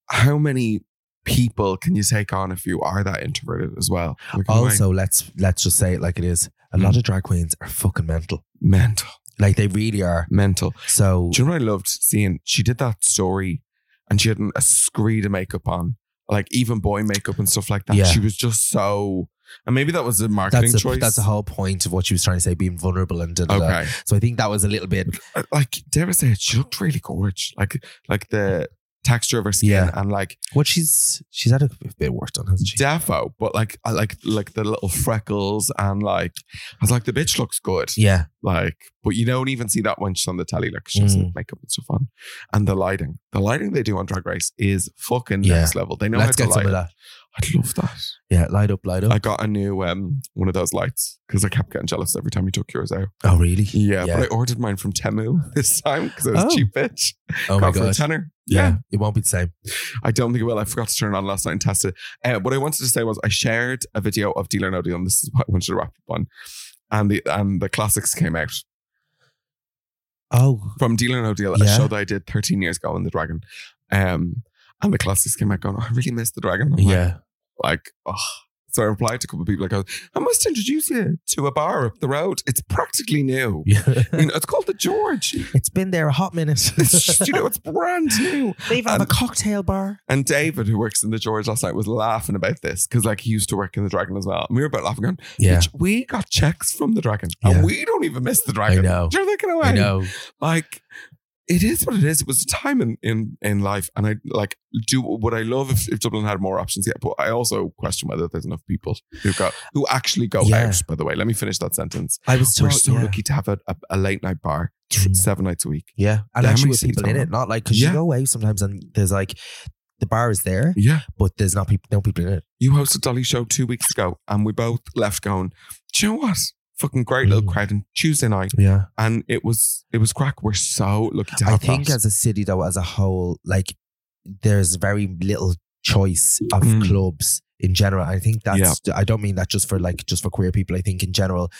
Speaker 2: how many people can you take on if you are that introverted as well? Like, in a way,
Speaker 3: Also, let's let's just say it like it is. A
Speaker 2: Mm.
Speaker 3: lot of drag queens are fucking mental.
Speaker 2: mental,
Speaker 3: Like they really are.
Speaker 2: mental.
Speaker 3: So
Speaker 2: Do you know what I loved seeing? She did that story and she had an, a screed of makeup on, like even boy makeup and stuff like that.
Speaker 3: Yeah.
Speaker 2: She was just so, and maybe that was a marketing
Speaker 3: that's a,
Speaker 2: choice.
Speaker 3: that's the whole point of what she was trying to say, being vulnerable and da, da, da.
Speaker 2: Okay.
Speaker 3: So I think that was a little bit.
Speaker 2: Uh, Like, dare I say it, she looked really gorgeous. Like, like the texture of her skin
Speaker 3: Yeah.
Speaker 2: and like
Speaker 3: What she's she's had a bit worse done, hasn't she?
Speaker 2: defo, but like, I like, like the little freckles and like, I was like, the bitch looks good.
Speaker 3: Yeah,
Speaker 2: Like, but you don't even see that when she's on the telly, like she has
Speaker 3: Mm.
Speaker 2: makeup and stuff on. And the lighting, the lighting they do on Drag Race is fucking
Speaker 3: Yeah.
Speaker 2: next level. They know
Speaker 3: let's
Speaker 2: how to
Speaker 3: get some
Speaker 2: light
Speaker 3: of
Speaker 2: it.
Speaker 3: that.
Speaker 2: I'd love that.
Speaker 3: Yeah, light up, light up.
Speaker 2: I got a new um one of those lights because I kept getting jealous every time you took yours out.
Speaker 3: oh really?
Speaker 2: Yeah, but I ordered mine from Temu (laughs) this time because I was
Speaker 3: Oh.
Speaker 2: cheap bitch.
Speaker 3: oh my
Speaker 2: Got it for a
Speaker 3: god.
Speaker 2: tenner.
Speaker 3: Yeah.
Speaker 2: Yeah.
Speaker 3: it won't be the same.
Speaker 2: I don't think it will. I forgot to turn it on last night and test it. Uh, what I wanted to say was I shared a video of Deal or No Deal, and this is (laughs) what I wanted to wrap up on. And the and the classics came out
Speaker 3: Oh,
Speaker 2: from Deal or No Deal,
Speaker 3: Yeah.
Speaker 2: a show that I did 13 years ago in the Dragon. Um, and the classics came out going, "Oh, I really miss the Dragon. I'm like,
Speaker 3: yeah.
Speaker 2: like, oh. So I replied to a couple of people, like, I, was, I must introduce you to a bar up the road. It's practically new.
Speaker 3: Yeah.
Speaker 2: You know, it's called the George.
Speaker 3: (laughs) it's been there a hot
Speaker 2: (laughs)
Speaker 3: minute.
Speaker 2: It's just, you
Speaker 3: (laughs)
Speaker 2: know, it's brand new.
Speaker 3: they even have a
Speaker 2: and-
Speaker 3: cocktail bar.
Speaker 2: And David, who works in the George last night, was laughing about this because, like, he used to work in the Dragon as well. And we were about laughing, going,
Speaker 3: Yeah,
Speaker 2: "Bitch, we got checks from the Dragon
Speaker 3: Yeah.
Speaker 2: and we don't even miss the Dragon.
Speaker 3: know.
Speaker 2: You're looking away.
Speaker 3: I know.
Speaker 2: Like, it is what it is. It was a time in, in, in life. And I like, do would I love if, if Dublin had more options? Yeah. But I also question whether there's enough people who got, who actually go
Speaker 3: Yeah.
Speaker 2: out, by the way. Let me finish that sentence.
Speaker 3: I was
Speaker 2: We're
Speaker 3: told-
Speaker 2: so
Speaker 3: yeah.
Speaker 2: lucky to have a, a, a late night bar th-
Speaker 3: Mm.
Speaker 2: seven nights a week.
Speaker 3: Yeah, and
Speaker 2: Yeah, how
Speaker 3: actually
Speaker 2: many
Speaker 3: with
Speaker 2: cities
Speaker 3: people in
Speaker 2: are
Speaker 3: it,
Speaker 2: there?
Speaker 3: not like because
Speaker 2: Yeah.
Speaker 3: you go away sometimes and there's like the bar is there,
Speaker 2: Yeah.
Speaker 3: but there's not people, no people in it.
Speaker 2: You hosted Dolly Show two weeks ago, and we both left going, Do you know what? Fucking great little
Speaker 3: Mm.
Speaker 2: crowd on Tuesday night.
Speaker 3: Yeah,
Speaker 2: And it was it was crack. We're so lucky to have
Speaker 3: I think
Speaker 2: that.
Speaker 3: as a city though, as a whole, like there's very little choice of
Speaker 2: Mm.
Speaker 3: clubs in general. I think that's I don't mean that just for like just for queer people. I think in general,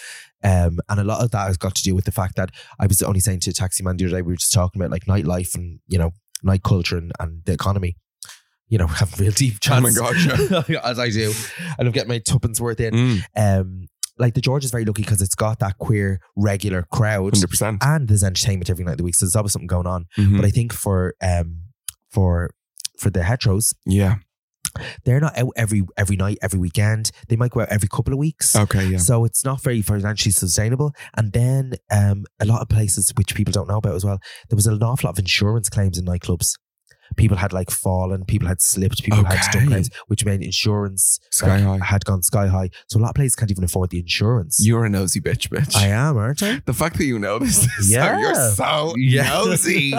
Speaker 3: um, and a lot of that has got to do with the fact that I was only saying to taxi man the other day we were just talking about like nightlife and you know night culture and, and the economy. You know, (laughs) having real deep
Speaker 2: oh
Speaker 3: chats.
Speaker 2: my god, yeah.
Speaker 3: (laughs) as I do, and I'm getting my tuppence worth in.
Speaker 2: Mm,
Speaker 3: um like the George is very lucky because it's got that queer regular crowd
Speaker 2: 100%.
Speaker 3: and there's entertainment every night of the week. So there's always something
Speaker 2: Mm-hmm.
Speaker 3: going on.
Speaker 2: Mhm.
Speaker 3: But I think for um for for the heteros,
Speaker 2: yeah.
Speaker 3: they're not out every every night, every weekend. They might go out every couple of weeks.
Speaker 2: Okay, Oh, yeah.
Speaker 3: So it's not very financially sustainable. And then um, a lot of places which people don't know about as well, there was an awful lot of insurance claims in nightclubs. People had like fallen, people had slipped, people had stuff
Speaker 2: Okay.
Speaker 3: claims, which meant insurance
Speaker 2: Sky
Speaker 3: like,
Speaker 2: high.
Speaker 3: had gone sky high. So a lot of places can't even afford the insurance.
Speaker 2: You're a nosy bitch, bitch.
Speaker 3: I am, aren't I?
Speaker 2: The fact that you know this, is
Speaker 3: Yeah.
Speaker 2: yeah, you're so
Speaker 3: (laughs)
Speaker 2: (laughs) nosy.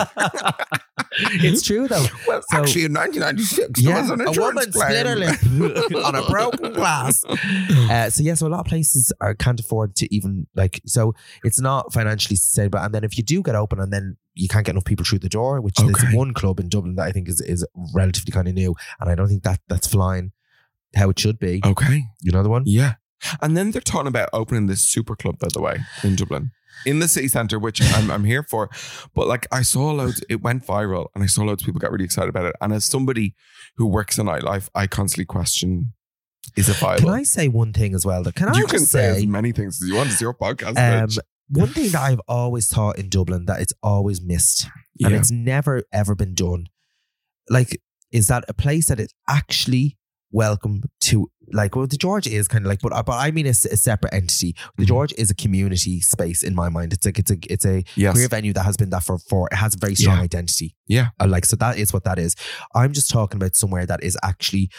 Speaker 3: it's true though.
Speaker 2: Well,
Speaker 3: So-
Speaker 2: actually, in 1996, there was an
Speaker 3: a
Speaker 2: insurance
Speaker 3: woman
Speaker 2: claim.
Speaker 3: split her lip (laughs)
Speaker 2: (laughs)
Speaker 3: on a broken glass. Uh, so yeah, so a lot of places are, can't afford to even like. So it's not financially sustainable. And then if you do get open, and then you can't get enough people through the door, which there's
Speaker 2: Okay.
Speaker 3: one club in Dublin that I think is is relatively kind of new, and I don't think that that's flying how it should be.
Speaker 2: Okay,
Speaker 3: You know the one?
Speaker 2: Oh. yeah. And then they're talking about opening this super club, by the way, in Dublin, in the city centre, which I'm, I'm here for. But like, I saw loads, it went viral, and I saw loads of people get really excited about it. And as somebody who works in nightlife, I constantly question is it viable?
Speaker 3: Can I say one thing as well? Though? Can I
Speaker 2: you
Speaker 3: just
Speaker 2: can say,
Speaker 3: say
Speaker 2: as many things as you want. It's your podcast.
Speaker 3: Um,
Speaker 2: bitch.
Speaker 3: one thing that I've always thought in Dublin that it's always missed and
Speaker 2: Yeah.
Speaker 3: it's never ever been done. Like, is that a place that is actually welcome to? Like, well, the George is kind of like, but uh, but I mean, it's a separate entity. The
Speaker 2: Mhm.
Speaker 3: George is a community space in my mind. It's like it's a it's a
Speaker 2: yes.
Speaker 3: queer venue that has been that for for it has a very strong
Speaker 2: Yeah.
Speaker 3: identity.
Speaker 2: Yeah.
Speaker 3: Uh, like so that is what that is. I'm just talking about somewhere that is actually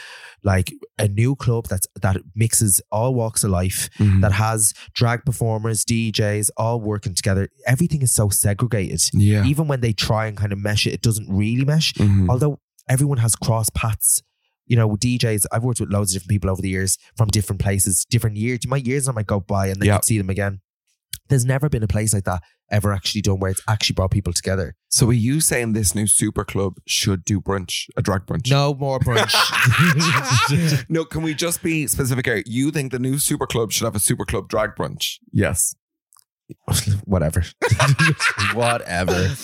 Speaker 3: like a new club that's that mixes all walks of life
Speaker 2: Mhm.
Speaker 3: that has drag performers, DJs, all working together. Everything is so segregated.
Speaker 2: yeah.
Speaker 3: Even when they try and kind of mesh it, it doesn't really mesh.
Speaker 2: Mhm.
Speaker 3: Although everyone has cross paths. You know, DJs, I've worked with loads of different people over the years from different places, different years. My years, I might go by and then
Speaker 2: Yeah.
Speaker 3: you'd see them again. There's never been a place like that ever actually done where it's actually brought people together.
Speaker 2: So are you saying this new super club should do brunch, a drag brunch?
Speaker 3: No more
Speaker 2: (laughs)
Speaker 3: brunch. (laughs)
Speaker 2: no, can we just be specific here? You think the new super club should have a super club drag brunch? Yes. (laughs)
Speaker 3: Whatever. Whatever.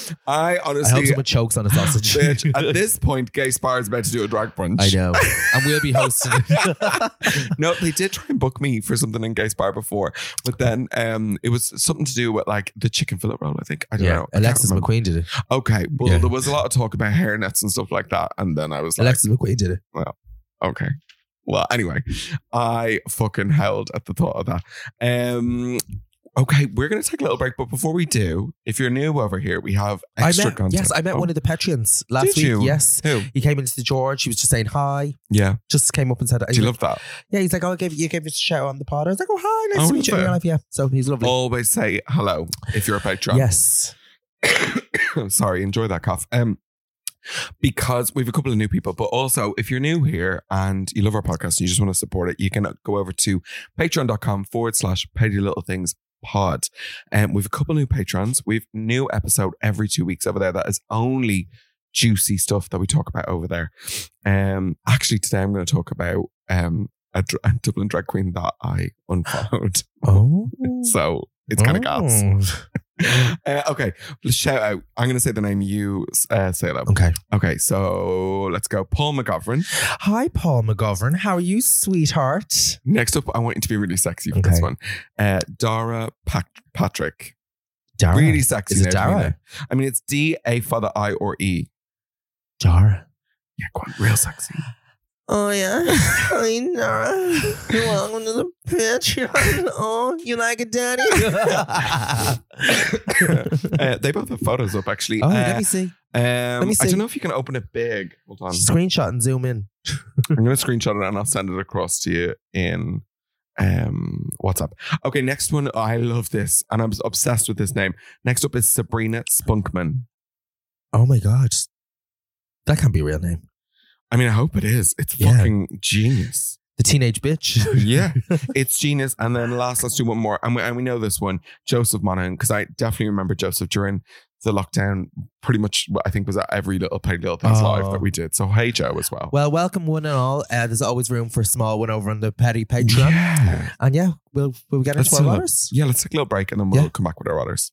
Speaker 3: I
Speaker 2: I
Speaker 3: hope
Speaker 2: honestly, (laughs)
Speaker 3: someone chokes on a sausage.
Speaker 2: bitch,
Speaker 3: (laughs)
Speaker 2: at this point, Gay Spar is about to do a drag brunch.
Speaker 3: I know. And we'll be
Speaker 2: (laughs)
Speaker 3: hosting it.
Speaker 2: No, they did try and book me for something in Gay Spar before, but then um, it was something to do with like the chicken fillet roll, I think. I don't know. I can't
Speaker 3: Alexis
Speaker 2: remember.
Speaker 3: McQueen did it.
Speaker 2: Okay. Well,
Speaker 3: Yeah.
Speaker 2: there was a lot of talk about hairnets and stuff like that. And then I was like,
Speaker 3: Alexis McQueen did it.
Speaker 2: Okay. Well, anyway, I fucking howled at the thought of that. Um, okay, we're gonna take a little break, but before we do, if you're new over here, we have extra
Speaker 3: I met,
Speaker 2: content.
Speaker 3: Yes, I met
Speaker 2: Oh,
Speaker 3: one of the Patreons last
Speaker 2: Did
Speaker 3: week.
Speaker 2: you?
Speaker 3: Yes.
Speaker 2: who?
Speaker 3: He came into the George. He was just saying hi.
Speaker 2: Yeah,
Speaker 3: Just came up and said,
Speaker 2: do you love that?
Speaker 3: Yeah, he's like, oh, I gave you gave us a shout out on the pod. I was like, oh, hi, nice
Speaker 2: Oh,
Speaker 3: to meet you in
Speaker 2: lovely.
Speaker 3: real life. Yeah. So he's lovely.
Speaker 2: Always say hello if you're a patron.
Speaker 3: yes.
Speaker 2: (coughs) Sorry, enjoy that cough. Um, because we have a couple of new people, but also if you're new here and you love our podcast and you just want to support it, you can go over to patreon.com forward slash petty little things pod. And we've a couple new patrons. We've new episode every two weeks over there that is only juicy stuff that we talk about over there. Um, actually today I'm going to talk about um a, dr- (laughs) a Dublin drag queen that I unfollowed.
Speaker 3: Oh.
Speaker 2: So it's kind of gas
Speaker 3: gas.
Speaker 2: (laughs) uh, okay, let's shout out. I'm going to say the name you uh, say it up.
Speaker 3: Okay.
Speaker 2: Okay, so let's go. Paul McGovern.
Speaker 3: Hi, Paul McGovern. How are you, sweetheart?
Speaker 2: Next up, I want you to be really sexy for
Speaker 3: Okay.
Speaker 2: this one. Uh, Dara Pat- Patrick.
Speaker 3: Dara.
Speaker 2: Really sexy.
Speaker 3: Is it
Speaker 2: now to me
Speaker 3: Dara?
Speaker 2: now. I mean, it's D A father I or E.
Speaker 3: Dara.
Speaker 2: Yeah, go on, real sexy.
Speaker 3: Oh
Speaker 2: (laughs)
Speaker 3: yeah, hi Nora. Welcome to the Patreon. Oh, you like it,
Speaker 2: (laughs)
Speaker 3: Daddy?
Speaker 2: uh, they both have photos up actually.
Speaker 3: oh,
Speaker 2: Uh,
Speaker 3: let me see. me
Speaker 2: um, I
Speaker 3: see.
Speaker 2: don't know if you can open it big. Hold on.
Speaker 3: Screenshot and zoom in.
Speaker 2: I'm going to screenshot it and I'll send it across to you in um WhatsApp. Okay, next one. I love this and I'm obsessed with this name. Next up is Sabrina Spunkman.
Speaker 3: Oh my god, that can't be a real name.
Speaker 2: I mean, I hope it is. It's
Speaker 3: Yeah.
Speaker 2: fucking
Speaker 3: (laughs)
Speaker 2: genius.
Speaker 3: The teenage bitch. (laughs)
Speaker 2: Yeah, it's genius. And then last, let's do one more. And we, and we know this one, Joseph Monaghan, because I definitely remember Joseph during the lockdown. Pretty much, I think was at every little petty little things
Speaker 3: Oh.
Speaker 2: live that we did. So hey, Joe, as well.
Speaker 3: Well, welcome one and all. Uh, there's always room for a small one over on the petty Patreon.
Speaker 2: yeah.
Speaker 3: And yeah, we'll we'll get
Speaker 2: Let's
Speaker 3: into
Speaker 2: do
Speaker 3: our
Speaker 2: that.
Speaker 3: others.
Speaker 2: yeah, let's take a little break and then we'll
Speaker 3: Yeah.
Speaker 2: come back with our others.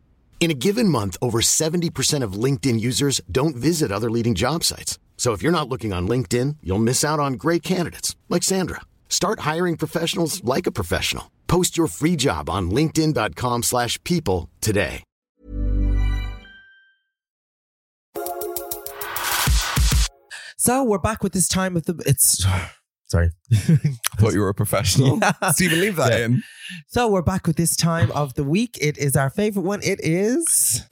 Speaker 4: In a given month, over 70% of LinkedIn users don't visit other leading job sites. So if you're not looking on LinkedIn, you'll miss out on great candidates like Sandra. Start hiring professionals like a professional. Post your free job on linkedin.com/people slash people today.
Speaker 3: So we're back with this time of the. It's (sighs) sorry.
Speaker 2: I (laughs) thought you were a (laughs) professional.
Speaker 3: Yeah.
Speaker 2: Stephen, leave that
Speaker 3: Yeah.
Speaker 2: in.
Speaker 3: So we're back with this time of the week. It is our favorite one. It is.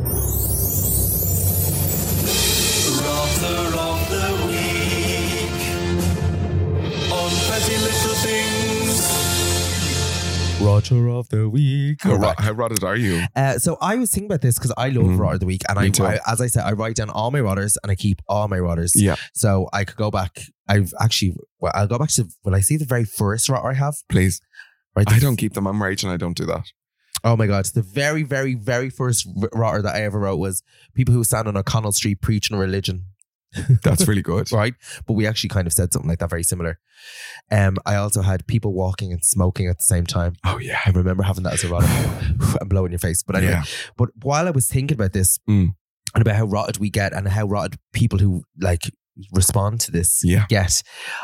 Speaker 3: Rotter of the week.
Speaker 2: How,
Speaker 3: We're
Speaker 2: ro-
Speaker 3: back.
Speaker 2: how rotted are you?
Speaker 3: Uh, so I was thinking about this because I love
Speaker 2: Mhm.
Speaker 3: Rotter of the Week, and
Speaker 2: Me
Speaker 3: I,
Speaker 2: too.
Speaker 3: I- as I said, I write down all my Rotters and I keep all my Rotters.
Speaker 2: Yeah.
Speaker 3: So I could go back. I've actually, well, I'll go back to when I see the very first Rotter I have.
Speaker 2: Please.
Speaker 3: Right. the
Speaker 2: I don't keep them. I'm raging. I don't do that.
Speaker 3: Oh my God. The very, very, very first r- rotter that I ever wrote was people who stand on O'Connell Street preaching religion,
Speaker 2: That's really good.
Speaker 3: right? But we actually kind of said something like that, very similar. Um, I also had people walking and smoking at the same time.
Speaker 2: Oh, yeah.
Speaker 3: I remember having that as a rotter
Speaker 2: (sighs)
Speaker 3: (sighs) and blowing your face. But anyway,
Speaker 2: Yeah.
Speaker 3: but while I was thinking about this
Speaker 2: Mm.
Speaker 3: and about how rotted we get and how rotted people who like respond to this
Speaker 2: Yeah.
Speaker 3: get,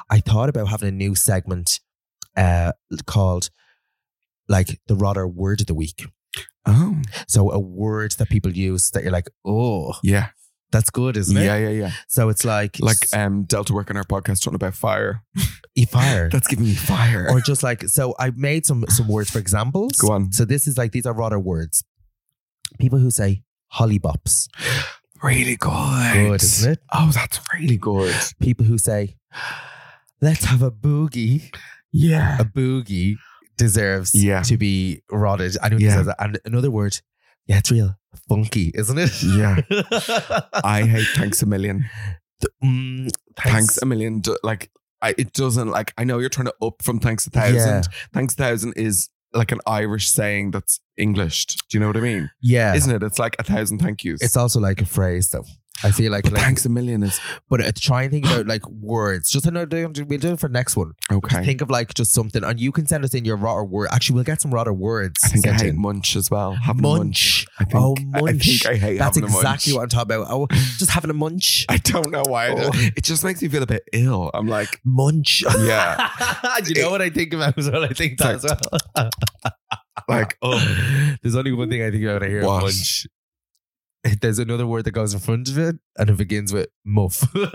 Speaker 3: I thought about having a new segment uh, called like the rotter word of the week.
Speaker 2: Oh,
Speaker 3: So a word that people use that you're like, oh,
Speaker 2: yeah.
Speaker 3: that's good, isn't it?
Speaker 2: Yeah, yeah, yeah.
Speaker 3: So it's like
Speaker 2: Like um, Delta work on our podcast talking about fire.
Speaker 3: e fire.
Speaker 2: (laughs) That's giving me fire.
Speaker 3: Or just like so I made some some words for examples.
Speaker 2: Go on.
Speaker 3: So this is like these are rather words. People who say holly bops.
Speaker 2: really good.
Speaker 3: Good, isn't it?
Speaker 2: Oh, that's really good.
Speaker 3: People who say, let's have a boogie.
Speaker 2: Yeah.
Speaker 3: A boogie deserves
Speaker 2: Yeah.
Speaker 3: to be rotted. I know
Speaker 2: Yeah.
Speaker 3: that. And another word, yeah, it's real funky, isn't it?
Speaker 2: Yeah. I hate thanks a million.
Speaker 3: (laughs) Mm,
Speaker 2: Thanks a million. do- Like, I, it doesn't, like, I know you're trying to up from thanks a thousand.
Speaker 3: Yeah.
Speaker 2: Thanks a thousand is like an Irish saying that's Englished. Do you know what I mean?
Speaker 3: Yeah.
Speaker 2: Isn't it? It's like a thousand thank yous.
Speaker 3: It's also like a phrase though. I feel like,
Speaker 2: But
Speaker 3: like
Speaker 2: thanks a million is
Speaker 3: but uh, try and think
Speaker 2: (gasps)
Speaker 3: about like words. Just another we'll do it for next one. Just
Speaker 2: okay.
Speaker 3: think of like just something, and you can send us in your rotter word. Actually, we'll get some rotter words.
Speaker 2: I think I
Speaker 3: sent
Speaker 2: hate
Speaker 3: in.
Speaker 2: munch as well. Having a
Speaker 3: munch.
Speaker 2: I think,
Speaker 3: oh,
Speaker 2: I-
Speaker 3: munch.
Speaker 2: I think I hate
Speaker 3: That's
Speaker 2: having a munch.
Speaker 3: exactly what I'm talking about. Oh, just having a munch.
Speaker 2: (laughs) I don't know why. I
Speaker 3: Oh.
Speaker 2: do- It just makes me feel a bit ill.
Speaker 3: (laughs)
Speaker 2: I'm like,
Speaker 3: munch.
Speaker 2: yeah,
Speaker 3: (laughs) you know what I think about as well. I think that as well.
Speaker 2: (laughs) like
Speaker 3: oh, (laughs) there's only one thing I think about when I hear
Speaker 2: What?
Speaker 3: munch. (laughs) There's another word that goes in front of it, and it begins with muff. (laughs)
Speaker 2: Oh,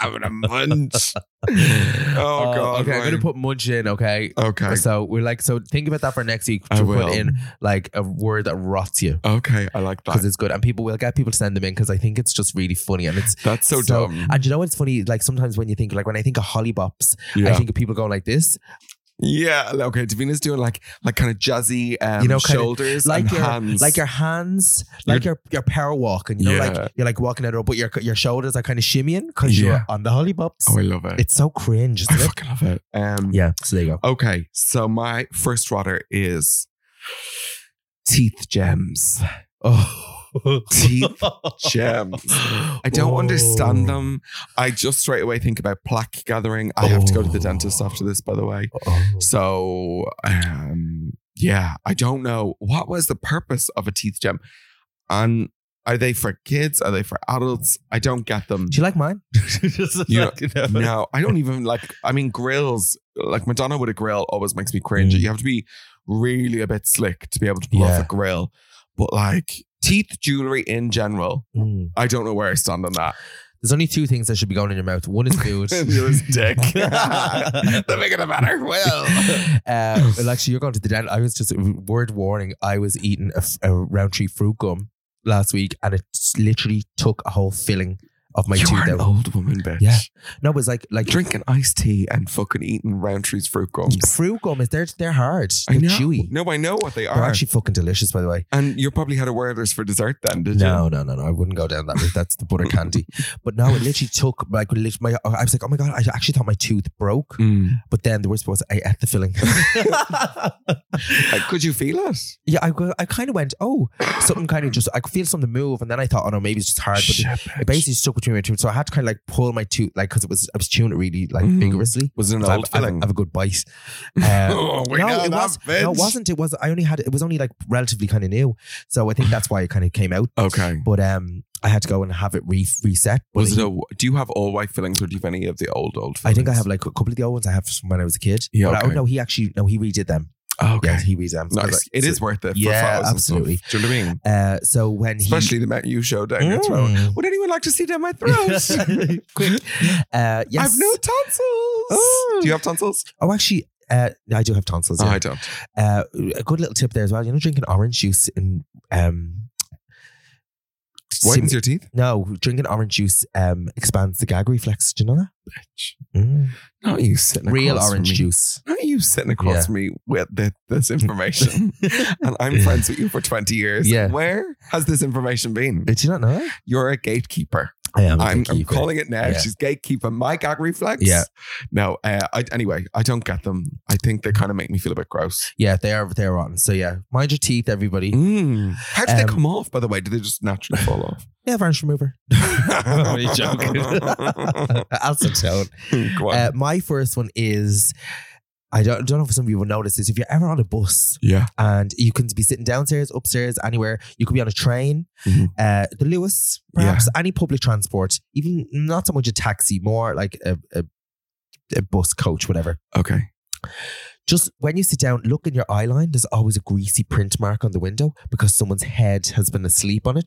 Speaker 2: having a munch.
Speaker 3: oh
Speaker 2: God,
Speaker 3: Okay, I'm
Speaker 2: Ryan.
Speaker 3: gonna put munch in. Okay.
Speaker 2: Okay,
Speaker 3: So we're like, so think about that for next week.
Speaker 2: I
Speaker 3: to
Speaker 2: will.
Speaker 3: put in like a word that rots you
Speaker 2: okay, I like
Speaker 3: because
Speaker 2: that.
Speaker 3: it's good, and people will get people to send them in because I think it's just really funny and it's
Speaker 2: That's so, dumb.
Speaker 3: And you know what's funny? Like sometimes when you think, like when I think of Holly Bops, I
Speaker 2: yeah,
Speaker 3: think of people going like this,
Speaker 2: yeah. like, Okay, Davina's doing like like kind of jazzy, um,
Speaker 3: You know, kind of-
Speaker 2: shoulders,
Speaker 3: like
Speaker 2: and
Speaker 3: your
Speaker 2: hands,
Speaker 3: like your hands, like your your power walking. You know,
Speaker 2: Yeah.
Speaker 3: like you're like walking out, but your your shoulders are kind of shimmying because
Speaker 2: Yeah.
Speaker 3: you're on the Holly Bops.
Speaker 2: Oh, I love it.
Speaker 3: it's so cringe,
Speaker 2: I
Speaker 3: isn't it?
Speaker 2: fucking love it. Um,
Speaker 3: Yeah. So there you go.
Speaker 2: Okay, so my first rotter is teeth gems.
Speaker 3: Oh,
Speaker 2: Teeth gems. I don't
Speaker 3: Oh.
Speaker 2: understand them. I just straight away think about plaque gathering. I have to go to the
Speaker 3: Oh.
Speaker 2: dentist after this, by the way.
Speaker 3: Oh.
Speaker 2: So, um, yeah, I don't know what was the purpose of a teeth gem, and are they for kids? Are they for adults? I don't get them.
Speaker 3: Do you like mine? (laughs) Just
Speaker 2: You know-
Speaker 3: like,
Speaker 2: (laughs)
Speaker 3: no.
Speaker 2: No, I
Speaker 3: (laughs)
Speaker 2: don't even like. I mean, grills like Madonna with a grill always makes me cringe.
Speaker 3: Mm.
Speaker 2: You have to be really a bit slick to be able to pull off
Speaker 3: Yeah.
Speaker 2: a grill, but like teeth jewelry in general,
Speaker 3: Mm.
Speaker 2: I don't know where I stand
Speaker 3: (laughs)
Speaker 2: on that.
Speaker 3: There's only two things that should be going in your mouth. One is food.
Speaker 2: (laughs) You're
Speaker 3: (laughs)
Speaker 2: his dick. the bigger the better. Well,
Speaker 3: uh, well, actually, you're going to the dentist. I was just word warning. I was eating a, f- a round tree fruit gum last week, and it s- literally took a whole filling of my
Speaker 2: you
Speaker 3: tooth
Speaker 2: are an
Speaker 3: out.
Speaker 2: old woman, bitch.
Speaker 3: Yeah. No, it's like like
Speaker 2: Drinking iced tea and fucking eating round trees fruit gums.
Speaker 3: fruit gum is they're they're hard.
Speaker 2: I
Speaker 3: They're
Speaker 2: know.
Speaker 3: chewy.
Speaker 2: No, I know what they
Speaker 3: They're
Speaker 2: are.
Speaker 3: actually fucking delicious, by the way.
Speaker 2: and you probably had a Werther's for dessert then, did
Speaker 3: No,
Speaker 2: you?
Speaker 3: no, no, no. I wouldn't go down that route. That's the butter
Speaker 2: (laughs)
Speaker 3: candy. But no, it literally took like lit- my. I was like, oh my god, I actually thought my tooth broke.
Speaker 2: Mm.
Speaker 3: (sighs) But then the worst was I ate the
Speaker 2: (laughs)
Speaker 3: filling. (laughs)
Speaker 2: Like, could you feel it?
Speaker 3: yeah, I, go- I kind of went, oh, something kind of just. I could feel something move, and then I thought, oh no, maybe it's just hard. But
Speaker 2: Shit,
Speaker 3: it
Speaker 2: bitch.
Speaker 3: basically stuck between my teeth, so I had to kind of like pull my tooth, like because it was I was chewing it really like
Speaker 2: Mm.
Speaker 3: vigorously.
Speaker 2: Was it an
Speaker 3: So I have-
Speaker 2: old
Speaker 3: I have,
Speaker 2: filling?
Speaker 3: I have a good bite. (laughs) Uh,
Speaker 2: (laughs) Oh, we know
Speaker 3: it
Speaker 2: that,
Speaker 3: was, no,
Speaker 2: bitch.
Speaker 3: it wasn't. It was. I only had. It was only like relatively kind of new, so I think that's why it kind of came out.
Speaker 2: Okay.
Speaker 3: But um, I had to go and have it re- reset. But
Speaker 2: Was it
Speaker 3: he-
Speaker 2: a, do you have all white fillings or do you have any of the old, old
Speaker 3: I
Speaker 2: fillings?
Speaker 3: think I have like a couple of the old ones I have from when I was a kid.
Speaker 2: Yeah,
Speaker 3: But I don't
Speaker 2: okay.
Speaker 3: know. He actually no, he redid them.
Speaker 2: Okay.
Speaker 3: Yeah, he redid them. So I was
Speaker 2: Nice.
Speaker 3: like-
Speaker 2: It is
Speaker 3: so-
Speaker 2: worth it. For
Speaker 3: Yeah,
Speaker 2: photos and stuff.
Speaker 3: absolutely.
Speaker 2: Do you know what I mean?
Speaker 3: Uh, so when he (laughs)
Speaker 2: Especially the amount you show down your
Speaker 3: Mm.
Speaker 2: throat. Would anyone like to
Speaker 3: (laughs)
Speaker 2: see down my throat?
Speaker 3: quick, uh, yes,
Speaker 2: (laughs) I've no tonsils.
Speaker 3: Oh.
Speaker 2: Do you have tonsils?
Speaker 3: Oh, actually. Uh, I do have tonsils.
Speaker 2: Oh,
Speaker 3: yeah.
Speaker 2: I don't.
Speaker 3: Uh, a good little tip there as well. You know, drinking orange juice and um,
Speaker 2: Whitens
Speaker 3: sim-
Speaker 2: your teeth?
Speaker 3: no, drinking orange juice um expands the gag reflex. Do you know that? Mm.
Speaker 2: Not you sitting
Speaker 3: Real
Speaker 2: across from
Speaker 3: orange
Speaker 2: me.
Speaker 3: juice.
Speaker 2: Not you sitting across
Speaker 3: Yeah.
Speaker 2: from me with th-
Speaker 3: (laughs)
Speaker 2: this information. and I'm friends with you for 20 years.
Speaker 3: Yeah.
Speaker 2: Where has this information been?
Speaker 3: Did you not know? that?
Speaker 2: You're a gatekeeper.
Speaker 3: I am. a
Speaker 2: I'm, I'm
Speaker 3: gatekeeper.
Speaker 2: calling it now.
Speaker 3: Yeah.
Speaker 2: She's gatekeeping my gag reflex.
Speaker 3: Yeah.
Speaker 2: No, uh, I, anyway, I don't get them. I think they kind of make me feel a bit gross.
Speaker 3: Yeah, they are. They are rotten. So yeah, mind your teeth, everybody.
Speaker 2: Mm. How do they
Speaker 3: Um,
Speaker 2: come off, by the way? Do they just naturally
Speaker 3: (laughs)
Speaker 2: fall off?
Speaker 3: Yeah, varnish
Speaker 2: (laughs)
Speaker 3: remover. I'm only (laughs) joking. Acetone.
Speaker 2: Hmm, Go on.
Speaker 3: Uh, my first one is. I don't, don't know if some of you will notice this. If you're ever on a bus
Speaker 2: yeah.
Speaker 3: and you can be sitting downstairs, upstairs, anywhere, you could be on a train,
Speaker 2: Mhm.
Speaker 3: uh, the Lewis, perhaps any public transport, even not so much a taxi, more like a, a, a bus coach, whatever.
Speaker 2: Okay.
Speaker 3: Just when you sit down, look in your eye line. There's always a greasy print mark on the window because someone's head has been asleep on it.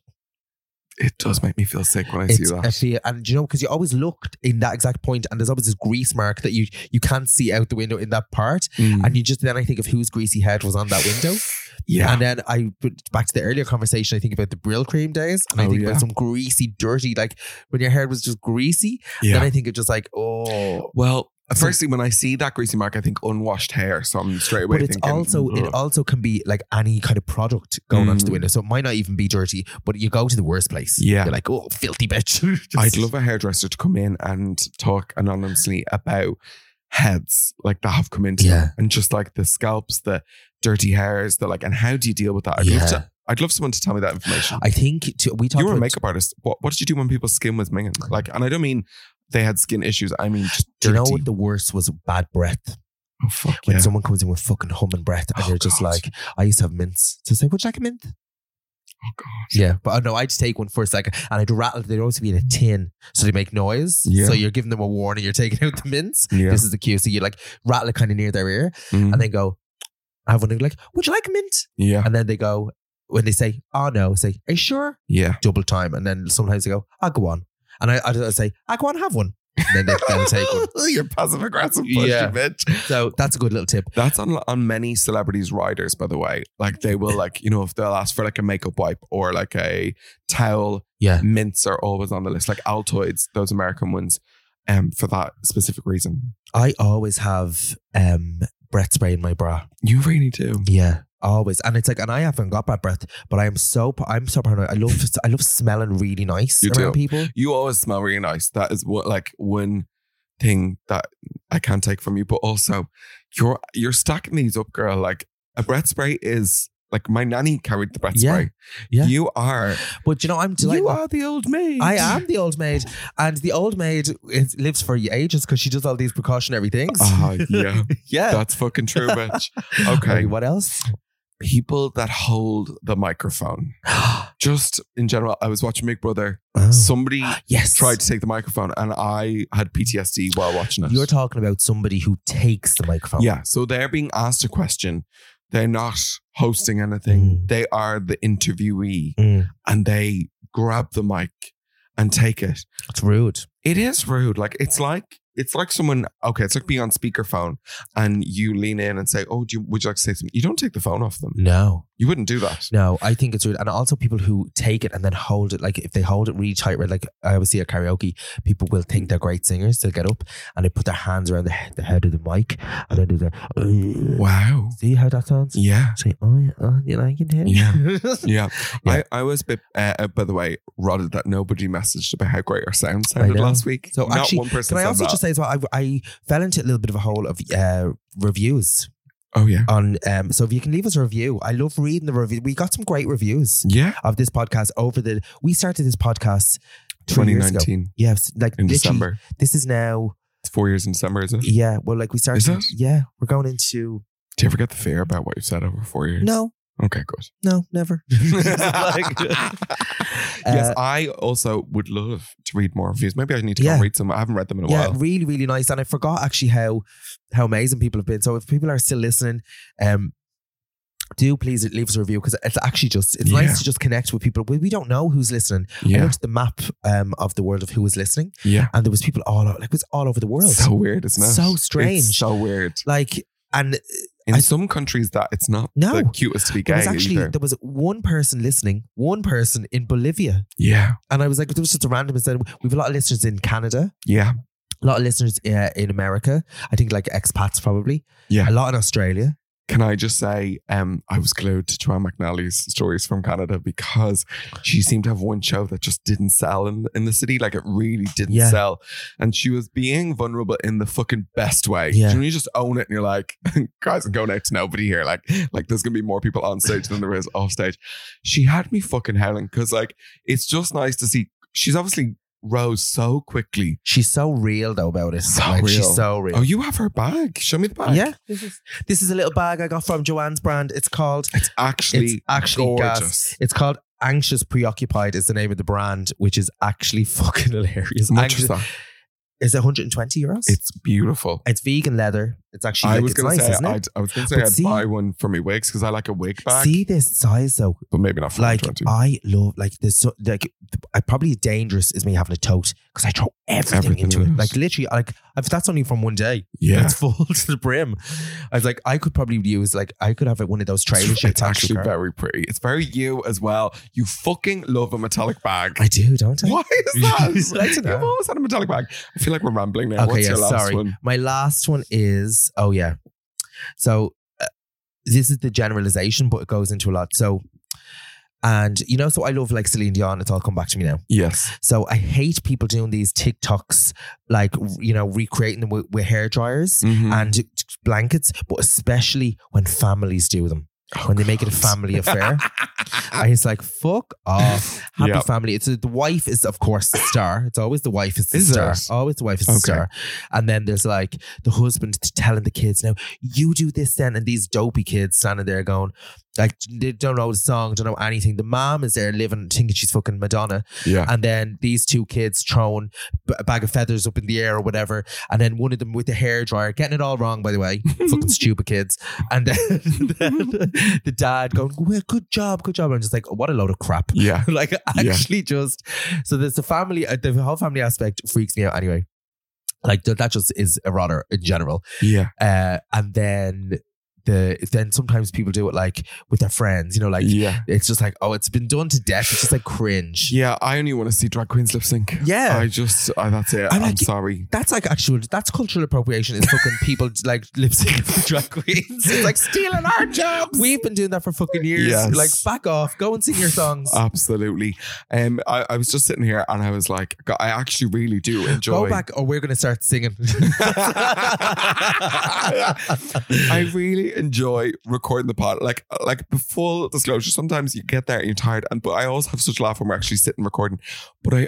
Speaker 2: It does make me feel sick when I see
Speaker 3: it's uh,
Speaker 2: that.
Speaker 3: a fear, and you know because you always looked in that exact point, and there's always this grease mark that you you can't see out the window in that part,
Speaker 2: Mm.
Speaker 3: and you just then I think of whose greasy head was on that window,
Speaker 2: yeah.
Speaker 3: and then I put back to the earlier conversation, I think about the Brill cream days, and I
Speaker 2: Oh,
Speaker 3: think
Speaker 2: yeah.
Speaker 3: about some greasy, dirty like when your hair was just greasy.
Speaker 2: yeah.
Speaker 3: Then I think of just like oh.
Speaker 2: well, firstly, when I see that greasy mark, I think unwashed hair. So I'm straight away
Speaker 3: But it's
Speaker 2: thinking,
Speaker 3: also it also can be like any kind of product going onto the
Speaker 2: Mm.
Speaker 3: window, so it might not even be dirty. But you go to the worst place,
Speaker 2: Yeah.
Speaker 3: You're like, oh, filthy bitch. (laughs)
Speaker 2: I'd love a hairdresser to come in and talk anonymously about heads like that have come into them
Speaker 3: Yeah.
Speaker 2: and just like the scalps, the dirty hairs, the like, and how do you deal with that? I'd,
Speaker 3: Yeah.
Speaker 2: love, to, I'd love someone to tell me that information.
Speaker 3: I think to, we talked.
Speaker 2: you were a
Speaker 3: about-
Speaker 2: makeup artist. What, what did you do when people's skin was minging? Like, and I don't mean they had skin issues. I mean just
Speaker 3: Do
Speaker 2: dirty.
Speaker 3: you know what the worst was? Bad breath.
Speaker 2: oh, fuck
Speaker 3: When
Speaker 2: yeah.
Speaker 3: someone comes in with fucking humming breath and
Speaker 2: Oh,
Speaker 3: you're just
Speaker 2: God.
Speaker 3: like, I used to have mints. So say, would you like a mint?
Speaker 2: oh, God.
Speaker 3: Yeah. But uh, no, I'd take one for a second and I'd rattle. They'd always be in a tin. So they make noise.
Speaker 2: Yeah.
Speaker 3: So you're giving them a warning. You're taking out the mints.
Speaker 2: Yeah.
Speaker 3: This is the cue. So you like rattle it kind of near their ear
Speaker 2: Mm.
Speaker 3: and then go, I have one. and be like, would you like a mint?
Speaker 2: yeah.
Speaker 3: And then they go, when they say, oh no, say, are you sure?
Speaker 2: Yeah.
Speaker 3: Double time. And then sometimes they go, I'll go on. And I, I'd say, I'll go on, have one. And then (laughs) they then take
Speaker 2: (laughs)
Speaker 3: one.
Speaker 2: You're passive aggressive, pussy
Speaker 3: Yeah.
Speaker 2: bitch.
Speaker 3: So that's a good little tip.
Speaker 2: That's on on many celebrities' riders, by the way. Like they will like, you know, if they'll ask for like a makeup wipe or like a towel,
Speaker 3: Yeah.
Speaker 2: mints are always on the list. Like Altoids, those American ones, um, for that specific reason.
Speaker 3: I always have um breath spray in my bra.
Speaker 2: You really do.
Speaker 3: Yeah. Always. And it's like, and I haven't got bad breath, but I am so I'm so paranoid. I love I love smelling really nice
Speaker 2: You
Speaker 3: around
Speaker 2: do.
Speaker 3: people.
Speaker 2: You always smell really nice. That is what like one thing that I can take from you. But also you're you're stacking these up, girl. Like a breath spray is like my nanny carried the breath
Speaker 3: Yeah.
Speaker 2: spray.
Speaker 3: Yeah.
Speaker 2: You are
Speaker 3: But you know, I'm delighted.
Speaker 2: you are the old maid.
Speaker 3: I am the old maid, and the old maid is, lives for ages because she does all these precautionary things. (laughs)
Speaker 2: Ah, yeah.
Speaker 3: yeah.
Speaker 2: (laughs) That's fucking true, bitch.
Speaker 3: (laughs)
Speaker 2: Okay.
Speaker 3: Maybe what else? (gasps)
Speaker 2: People that hold the microphone. Oh. Just in general, I was watching Big Brother.
Speaker 3: Oh.
Speaker 2: Somebody
Speaker 3: yes.
Speaker 2: tried to take the microphone and I had PTSD while watching it.
Speaker 3: You're talking about somebody who takes the microphone.
Speaker 2: yeah. So they're being asked a question. They're not hosting anything.
Speaker 3: Mm.
Speaker 2: They are the interviewee
Speaker 3: Mm,
Speaker 2: and they grab the mic and take it.
Speaker 3: it's rude.
Speaker 2: It is rude. Like it's like it's like someone. Okay, it's like being
Speaker 3: Hmm.
Speaker 2: on speakerphone, and you lean in and say, "Oh, do you, would you like to say something?" You don't take the phone off them.
Speaker 3: No.
Speaker 2: You wouldn't do that.
Speaker 3: No, I think it's rude. And also people who take it and then hold it, like if they hold it really tight, right? Like I always see at karaoke, people will think they're great singers. They'll get up and they put their hands around the, he- the head of the mic and then do the,
Speaker 2: Wow.
Speaker 3: see how that sounds?
Speaker 2: Yeah.
Speaker 3: Say, oh, yeah, oh, you like it? Dave?" (laughs)
Speaker 2: Yeah.
Speaker 3: Yeah.
Speaker 2: Yeah. I, I was a bit, uh, by the way, rotted that nobody messaged about how great our sound
Speaker 3: I
Speaker 2: sounded
Speaker 3: know.
Speaker 2: last week.
Speaker 3: So
Speaker 2: Not
Speaker 3: actually,
Speaker 2: one
Speaker 3: can
Speaker 2: person
Speaker 3: I
Speaker 2: said
Speaker 3: also
Speaker 2: that.
Speaker 3: just say as well, I, I fell into a little bit of a hole of uh, reviews
Speaker 2: oh, yeah.
Speaker 3: on, um, so if you can leave us a review, I love reading the review. We got some great reviews
Speaker 2: Yeah.
Speaker 3: of this podcast over the, we started this podcast three years ago.
Speaker 2: 2019
Speaker 3: Yes, like
Speaker 2: in
Speaker 3: literally-
Speaker 2: December.
Speaker 3: This is now
Speaker 2: It's four years in December, is it?
Speaker 3: Yeah, well, like we started.
Speaker 2: Is it?
Speaker 3: Yeah, we're going into
Speaker 2: Do you ever get the fear about what you've said over four years?
Speaker 3: no,
Speaker 2: Okay,
Speaker 3: (laughs)
Speaker 2: good.
Speaker 3: no, never.
Speaker 2: (laughs)
Speaker 3: Like,
Speaker 2: yes,
Speaker 3: uh,
Speaker 2: I also would love to read more reviews. Maybe I need to go
Speaker 3: Yeah.
Speaker 2: and read some. I haven't read them in a
Speaker 3: yeah,
Speaker 2: while.
Speaker 3: really, really nice. And I forgot actually how how amazing people have been. So if people are still listening, um. Do please leave us a review because it's actually just it's
Speaker 2: Yeah.
Speaker 3: nice to just connect with people. We, we don't know who's listening. I
Speaker 2: yeah,
Speaker 3: went to the map um, of the world of who was listening,
Speaker 2: yeah.
Speaker 3: and there was people all o- like it was all over the world.
Speaker 2: So weird, isn't it?
Speaker 3: So strange.
Speaker 2: It's so weird.
Speaker 3: like and
Speaker 2: In
Speaker 3: I-
Speaker 2: some countries, that it's not
Speaker 3: No.
Speaker 2: the cutest to be
Speaker 3: there
Speaker 2: gay
Speaker 3: was actually
Speaker 2: either.
Speaker 3: there was one person listening, one person in Bolivia,
Speaker 2: yeah,
Speaker 3: And I was like, there was just a random instead. We've a lot of listeners in Canada,
Speaker 2: yeah,
Speaker 3: a lot of listeners uh, in America. I think like expats probably.
Speaker 2: yeah.
Speaker 3: A lot in Australia.
Speaker 2: Can I just say, um, I was glued to Joanne McNally's stories from Canada because she seemed to have one show that just didn't sell in, in the city. Like it really didn't
Speaker 3: Yeah.
Speaker 2: sell. And she was being vulnerable in the fucking best way.
Speaker 3: Yeah.
Speaker 2: Do you, know, you just own it and you're like, (laughs) guys, I'm going out to nobody here. Like, like there's gonna be more people on stage than there is off stage. She had me fucking howling because like it's just nice to see she's obviously rose so quickly.
Speaker 3: She's so real though about it.
Speaker 2: So
Speaker 3: Like,
Speaker 2: real.
Speaker 3: She's so real.
Speaker 2: Oh, you have her bag. Show me the bag.
Speaker 3: yeah. This is this is a little bag I got from Joanne's brand. It's called.
Speaker 2: It's actually
Speaker 3: It's actually gas.
Speaker 2: gorgeous.
Speaker 3: It's called. Anxious Preoccupied is the name of the brand, which is actually (laughs) fucking hilarious.
Speaker 2: Much
Speaker 3: Anxious,
Speaker 2: so.
Speaker 3: is it 120 euros?
Speaker 2: It's beautiful.
Speaker 3: it's vegan leather. It's actually
Speaker 2: I
Speaker 3: like,
Speaker 2: was
Speaker 3: it's
Speaker 2: gonna
Speaker 3: nice,
Speaker 2: say
Speaker 3: isn't
Speaker 2: I'd,
Speaker 3: it?
Speaker 2: I was gonna say
Speaker 3: But
Speaker 2: I'd
Speaker 3: see-
Speaker 2: buy one for me wigs because I like a wig back,
Speaker 3: See this size though.
Speaker 2: but maybe not for
Speaker 3: like
Speaker 2: like, 20.
Speaker 3: I love like there's so, like I probably dangerous is me having a tote because I throw everything,
Speaker 2: Everything
Speaker 3: into
Speaker 2: in
Speaker 3: it.
Speaker 2: it.
Speaker 3: Like literally, like if that's only from one day, (laughs)
Speaker 2: yeah,
Speaker 3: it's full to the brim. I was like, I could probably use like I could have it one of those trailer
Speaker 2: it's,
Speaker 3: shirts.
Speaker 2: actually very pretty. It's very you as well. You fucking love a metallic bag.
Speaker 3: I do, don't I?
Speaker 2: (laughs) Why is
Speaker 3: (laughs)
Speaker 2: that?
Speaker 3: I don't
Speaker 2: You've
Speaker 3: know.
Speaker 2: always had a metallic bag. I feel like we're rambling now.
Speaker 3: Okay,
Speaker 2: What's
Speaker 3: yeah,
Speaker 2: your last
Speaker 3: sorry.
Speaker 2: one?
Speaker 3: My last one is oh yeah. So uh, this is the generalization, but it goes into a lot. So. And you know, so I love like Celine Dion. It's all come back to me now. (laughs)
Speaker 2: Yes.
Speaker 3: So I hate people doing these TikToks, like you know, recreating them with, with hair dryers
Speaker 2: Mhm.
Speaker 3: and blankets, but especially when families do them,
Speaker 2: Oh,
Speaker 3: when they make it a
Speaker 2: (laughs)
Speaker 3: family affair. and it's like, fuck off, happy
Speaker 2: Yeah.
Speaker 3: family. It's the wife is of course the star. It's always the wife is the
Speaker 2: Is
Speaker 3: star.
Speaker 2: it?
Speaker 3: Always the wife is the
Speaker 2: Okay.
Speaker 3: star. And then there's like the husband t- telling the kids, now you do this then, and these dopey kids standing there going. Like they don't know the song, don't know anything. The mom is there living, thinking she's fucking Madonna,
Speaker 2: Yeah.
Speaker 3: and then these two kids throwing b- a bag of feathers up in the air or whatever, and then one of them with the hair dryer getting it all wrong, by the
Speaker 2: (laughs)
Speaker 3: way, fucking stupid kids, and then, (laughs) then the dad going, well, "Good job, good job," and I'm just like, "What a load of crap!"
Speaker 2: Yeah.
Speaker 3: (laughs) like actually, just so there's the family, uh, the whole family aspect freaks me out anyway. Like th- that just is a rotter in general,
Speaker 2: Yeah.
Speaker 3: uh, and then. The, then sometimes people do it like with their friends, you know, like
Speaker 2: yeah.
Speaker 3: it's just like, oh, it's been done to death. It's just like cringe.
Speaker 2: Yeah. I only want to see drag queens lip sync.
Speaker 3: Yeah.
Speaker 2: I just, I, that's it.
Speaker 3: I'm
Speaker 2: I'm,
Speaker 3: like-
Speaker 2: sorry.
Speaker 3: That's like actual. That's cultural appropriation. Is (laughs) fucking people like lip syncing for (laughs) drag queens. It's like stealing our jobs. We've been doing that for fucking years.
Speaker 2: Yes. Ah,
Speaker 3: Like back off. Go and sing your songs.
Speaker 2: Absolutely. Um, I, I was just sitting here and I was like, God, I actually really do enjoy.
Speaker 3: Go back, or we're gonna start
Speaker 2: (laughs)
Speaker 3: singing.
Speaker 2: (laughs) I really enjoy recording the pod. Like, uh, like full disclosure, sometimes you get there and you're tired, and but I always have such a laugh when we're actually sitting recording. But I,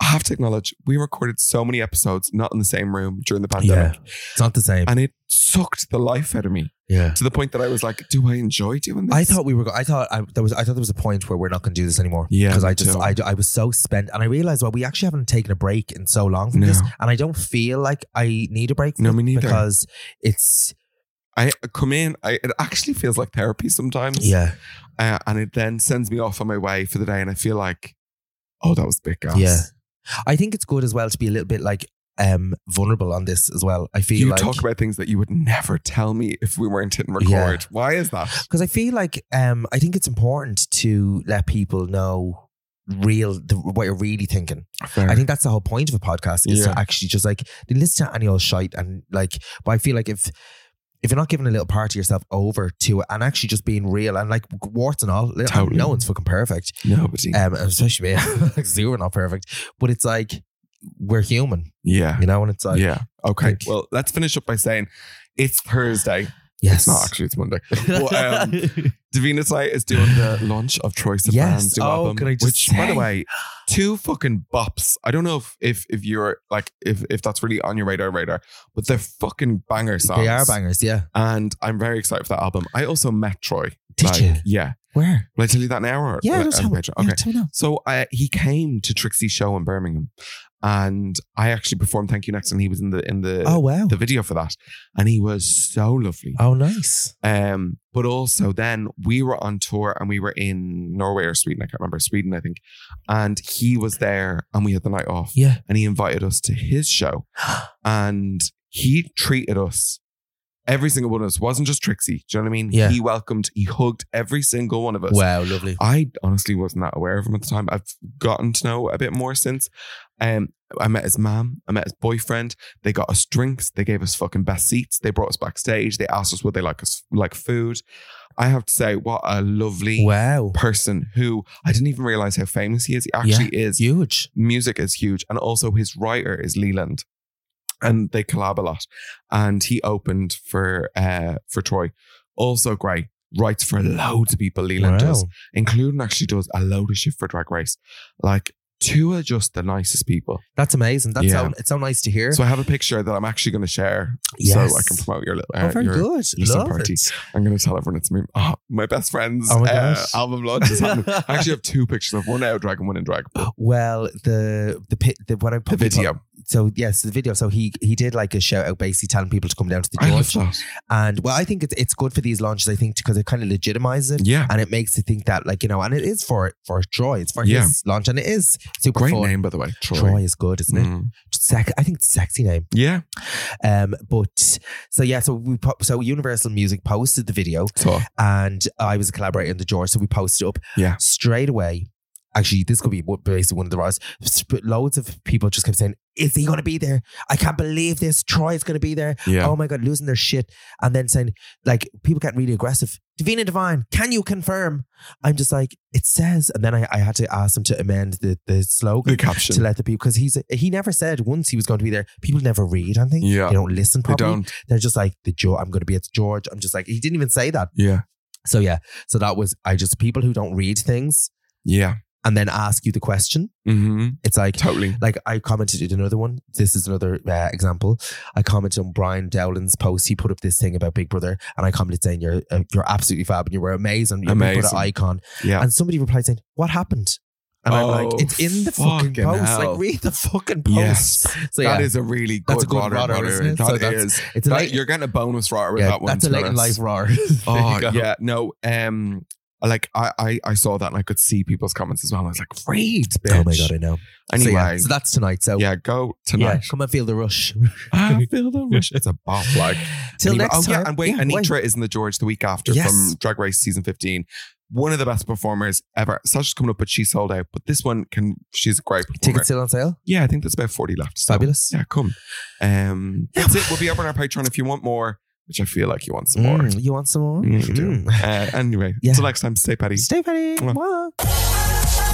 Speaker 2: I have to acknowledge we recorded so many episodes not in the same room during the pandemic,
Speaker 3: it's not the same.
Speaker 2: and it sucked the life out of me
Speaker 3: yeah.
Speaker 2: to the point that I was like, "Do I enjoy doing this?"
Speaker 3: I thought we were. Go- I thought I, there was. I thought there was a point where we're not going to do this anymore.
Speaker 2: Yeah,
Speaker 3: because I
Speaker 2: me
Speaker 3: just,
Speaker 2: too.
Speaker 3: I, I was so spent, and I realized, well, we actually haven't taken a break in so long from
Speaker 2: No.
Speaker 3: this, and I don't feel like I need a break. from
Speaker 2: No,
Speaker 3: it
Speaker 2: me neither.
Speaker 3: Because it's
Speaker 2: I come in. I, it actually feels like therapy sometimes.
Speaker 3: yeah,
Speaker 2: uh, and it then sends me off on my way for the day, and I feel like, "Oh, that was a bit gas."
Speaker 3: Yeah. I think it's good as well to be a little bit like um, vulnerable on this as well. I feel
Speaker 2: You
Speaker 3: like
Speaker 2: talk about things that you would never tell me if we weren't hitting record.
Speaker 3: Yeah.
Speaker 2: Why is that?
Speaker 3: because I feel like um, I think it's important to let people know real the, what you're really thinking. I think that's the whole point of a podcast is
Speaker 2: Yeah.
Speaker 3: to actually just like they listen to any old shite and like. But I feel like if if you're not giving a little part of yourself over to it and actually just being real and like warts and all, like,
Speaker 2: Totally.
Speaker 3: no one's fucking perfect.
Speaker 2: nobody.
Speaker 3: Um, especially me, (laughs) like zero not perfect. But it's like we're human,
Speaker 2: yeah.
Speaker 3: you know. And it's like
Speaker 2: yeah. Okay.
Speaker 3: like-
Speaker 2: well, let's finish up by saying it's Thursday.
Speaker 3: yes,
Speaker 2: It's not actually, it's Monday. Well, um, Davina Sly is doing
Speaker 3: (sighs)
Speaker 2: the launch of Troy's
Speaker 3: Yes.
Speaker 2: Brand's new
Speaker 3: Oh,
Speaker 2: album.
Speaker 3: can I just
Speaker 2: which, by the
Speaker 3: say-
Speaker 2: way, two fucking bops. I don't know if if, if you're like if, if that's really on your radar radar, but they're fucking banger songs.
Speaker 3: they are bangers. Yeah,
Speaker 2: And I'm very excited for that album. I also met Troy.
Speaker 3: Did you?
Speaker 2: Yeah.
Speaker 3: where?
Speaker 2: Will I tell you that now? Or
Speaker 3: Yeah,
Speaker 2: Will I-
Speaker 3: that's
Speaker 2: on
Speaker 3: how.
Speaker 2: Patreon?
Speaker 3: Yeah,
Speaker 2: um, Okay.
Speaker 3: tell me now.
Speaker 2: So uh, he came to Trixie's show in Birmingham, and I actually performed "Thank You Next," and he was in the in the
Speaker 3: Oh wow.
Speaker 2: the video for that, and he was so lovely.
Speaker 3: Oh, nice.
Speaker 2: Um, but also then we were on tour and we were in Norway or Sweden. I can't remember Sweden, I think. And he was there, and we had the night off,
Speaker 3: Yeah.
Speaker 2: and he invited us to his show, and he treated us. Every single one of us wasn't just Trixie. Do you know what I mean?
Speaker 3: Yeah.
Speaker 2: He welcomed, he hugged every single one of us.
Speaker 3: Wow, lovely.
Speaker 2: I honestly wasn't that aware of him at the time. I've gotten to know a bit more since. Um, I met his mom. I met his boyfriend. They got us drinks. They gave us fucking best seats. They brought us backstage. They asked us would they like us like food. I have to say, what a lovely
Speaker 3: Wow.
Speaker 2: person who I didn't even realize how famous he is. He actually is.
Speaker 3: Huge.
Speaker 2: Music is huge, and also his writer is Leland, and they collab a lot. And he opened for uh for Troy. Also great. Writes for loads of people. Leland does including actually does a load of shit for Drag Race. Like two are just the nicest people.
Speaker 3: That's amazing. That's
Speaker 2: Yeah.
Speaker 3: so, it's so nice to hear.
Speaker 2: So I have a picture that I'm actually going to share, so I
Speaker 3: Yes.
Speaker 2: can promote your little.
Speaker 3: oh,
Speaker 2: uh,
Speaker 3: very
Speaker 2: your,
Speaker 3: good.
Speaker 2: listening
Speaker 3: Love
Speaker 2: party.
Speaker 3: it.
Speaker 2: I'm going to tell everyone it's me. Oh, my best friend's
Speaker 3: Oh my
Speaker 2: uh,
Speaker 3: gosh.
Speaker 2: album launch is happening.
Speaker 3: (laughs)
Speaker 2: I actually have two pictures of one out of drag and one in drag.
Speaker 3: Oh,
Speaker 2: The
Speaker 3: Well, the the pi- the what I put
Speaker 2: video.
Speaker 3: So yes, the video. So he he did like a shout out, basically telling people to come down to the
Speaker 2: I love
Speaker 3: George.
Speaker 2: that.
Speaker 3: And well, I think it's it's good for these launches. I think because it kind of legitimizes it.
Speaker 2: Yeah.
Speaker 3: And it makes you think that, like you know, and it is for for Troy. It's for
Speaker 2: Yeah.
Speaker 3: his launch, and it is super
Speaker 2: Great
Speaker 3: fun.
Speaker 2: name, by the way. Troy.
Speaker 3: Troy. is good, isn't it?
Speaker 2: Mm.
Speaker 3: Sex, I think it's a sexy name.
Speaker 2: Yeah.
Speaker 3: Um, but so yeah, so we po- so Universal Music posted the video,
Speaker 2: So,
Speaker 3: and I was a collaborator in the George, so we posted it up.
Speaker 2: Yeah.
Speaker 3: straight away. Actually, this could be what- basically one of the rise. Loads of people just kept saying, "Is he going to be there? I can't believe this. Troy is going to be there.
Speaker 2: yeah.
Speaker 3: Oh my god, losing their shit." And then saying, like, people getting really aggressive. Davina Divine, can you confirm? I'm just like, it says. And then I, I had to ask them to amend the the slogan
Speaker 2: the caption.
Speaker 3: to let the people because he's he never said once he was going to be there. People never read anything.
Speaker 2: Yeah.
Speaker 3: they don't listen
Speaker 2: they
Speaker 3: properly.
Speaker 2: don't.
Speaker 3: They are just like the George. I'm going to be at the George. I'm just like he didn't even say that.
Speaker 2: Yeah.
Speaker 3: So yeah, so that was I just people who don't read things
Speaker 2: Yeah.
Speaker 3: and then ask you the question.
Speaker 2: hmm
Speaker 3: It's like
Speaker 2: Totally.
Speaker 3: like I commented in another one. This is another uh, example. I commented on Brian Dowland's post. He put up this thing about Big Brother, and I commented saying you're uh, you're absolutely fab and you were amazing. You're a Big
Speaker 2: Amazing.
Speaker 3: Brother icon.
Speaker 2: Yeah.
Speaker 3: And somebody replied saying, "What happened?" And I'm
Speaker 2: Oh,
Speaker 3: like, "It's in the fucking,
Speaker 2: fucking
Speaker 3: post.
Speaker 2: hell.
Speaker 3: Like, read the fucking post."
Speaker 2: Yes.
Speaker 3: So yeah,
Speaker 2: That is a really good,
Speaker 3: That's a good
Speaker 2: rotter,
Speaker 3: rotter,
Speaker 2: butter.
Speaker 3: isn't it?
Speaker 2: That
Speaker 3: So that's-
Speaker 2: is-
Speaker 3: it's a
Speaker 2: that-
Speaker 3: late-
Speaker 2: you're getting a bonus rotter with
Speaker 3: yeah,
Speaker 2: that one.
Speaker 3: that's a
Speaker 2: to be
Speaker 3: late in
Speaker 2: honest.
Speaker 3: life roar. (laughs)
Speaker 2: Oh
Speaker 3: There you go.
Speaker 2: yeah, no. Um, like I, I, I saw that and I could see people's comments as well. I was like, read, bitch.
Speaker 3: Oh my god, I know.
Speaker 2: Anyway,
Speaker 3: so, yeah, so that's tonight. So
Speaker 2: yeah, go
Speaker 3: yeah,
Speaker 2: tonight.
Speaker 3: (laughs) come and feel the rush.
Speaker 2: I feel the rush. It's a bop. Like
Speaker 3: Till
Speaker 2: Anitra-
Speaker 3: next
Speaker 2: oh,
Speaker 3: time.
Speaker 2: Yeah, and wait,
Speaker 3: Yeah,
Speaker 2: Anitra is in the George the week after
Speaker 3: Yes.
Speaker 2: from Drag Race season fifteen. One of the best performers ever. Sasha's coming up, but she's sold out. But this one can. She's a great performer.
Speaker 3: Tickets still on sale.
Speaker 2: Yeah, I think there's about 40 left. so-
Speaker 3: Fabulous.
Speaker 2: Yeah, come. Um, that's it. We'll be up on our Patreon if you want more, which I feel like you want some more.
Speaker 3: Mm, you want some more?
Speaker 2: Mm, you do.
Speaker 3: Mm.
Speaker 2: Uh, anyway,
Speaker 3: (laughs) Yeah.
Speaker 2: until next time, stay petty.
Speaker 3: Stay petty.
Speaker 2: Mwah.
Speaker 3: Mwah.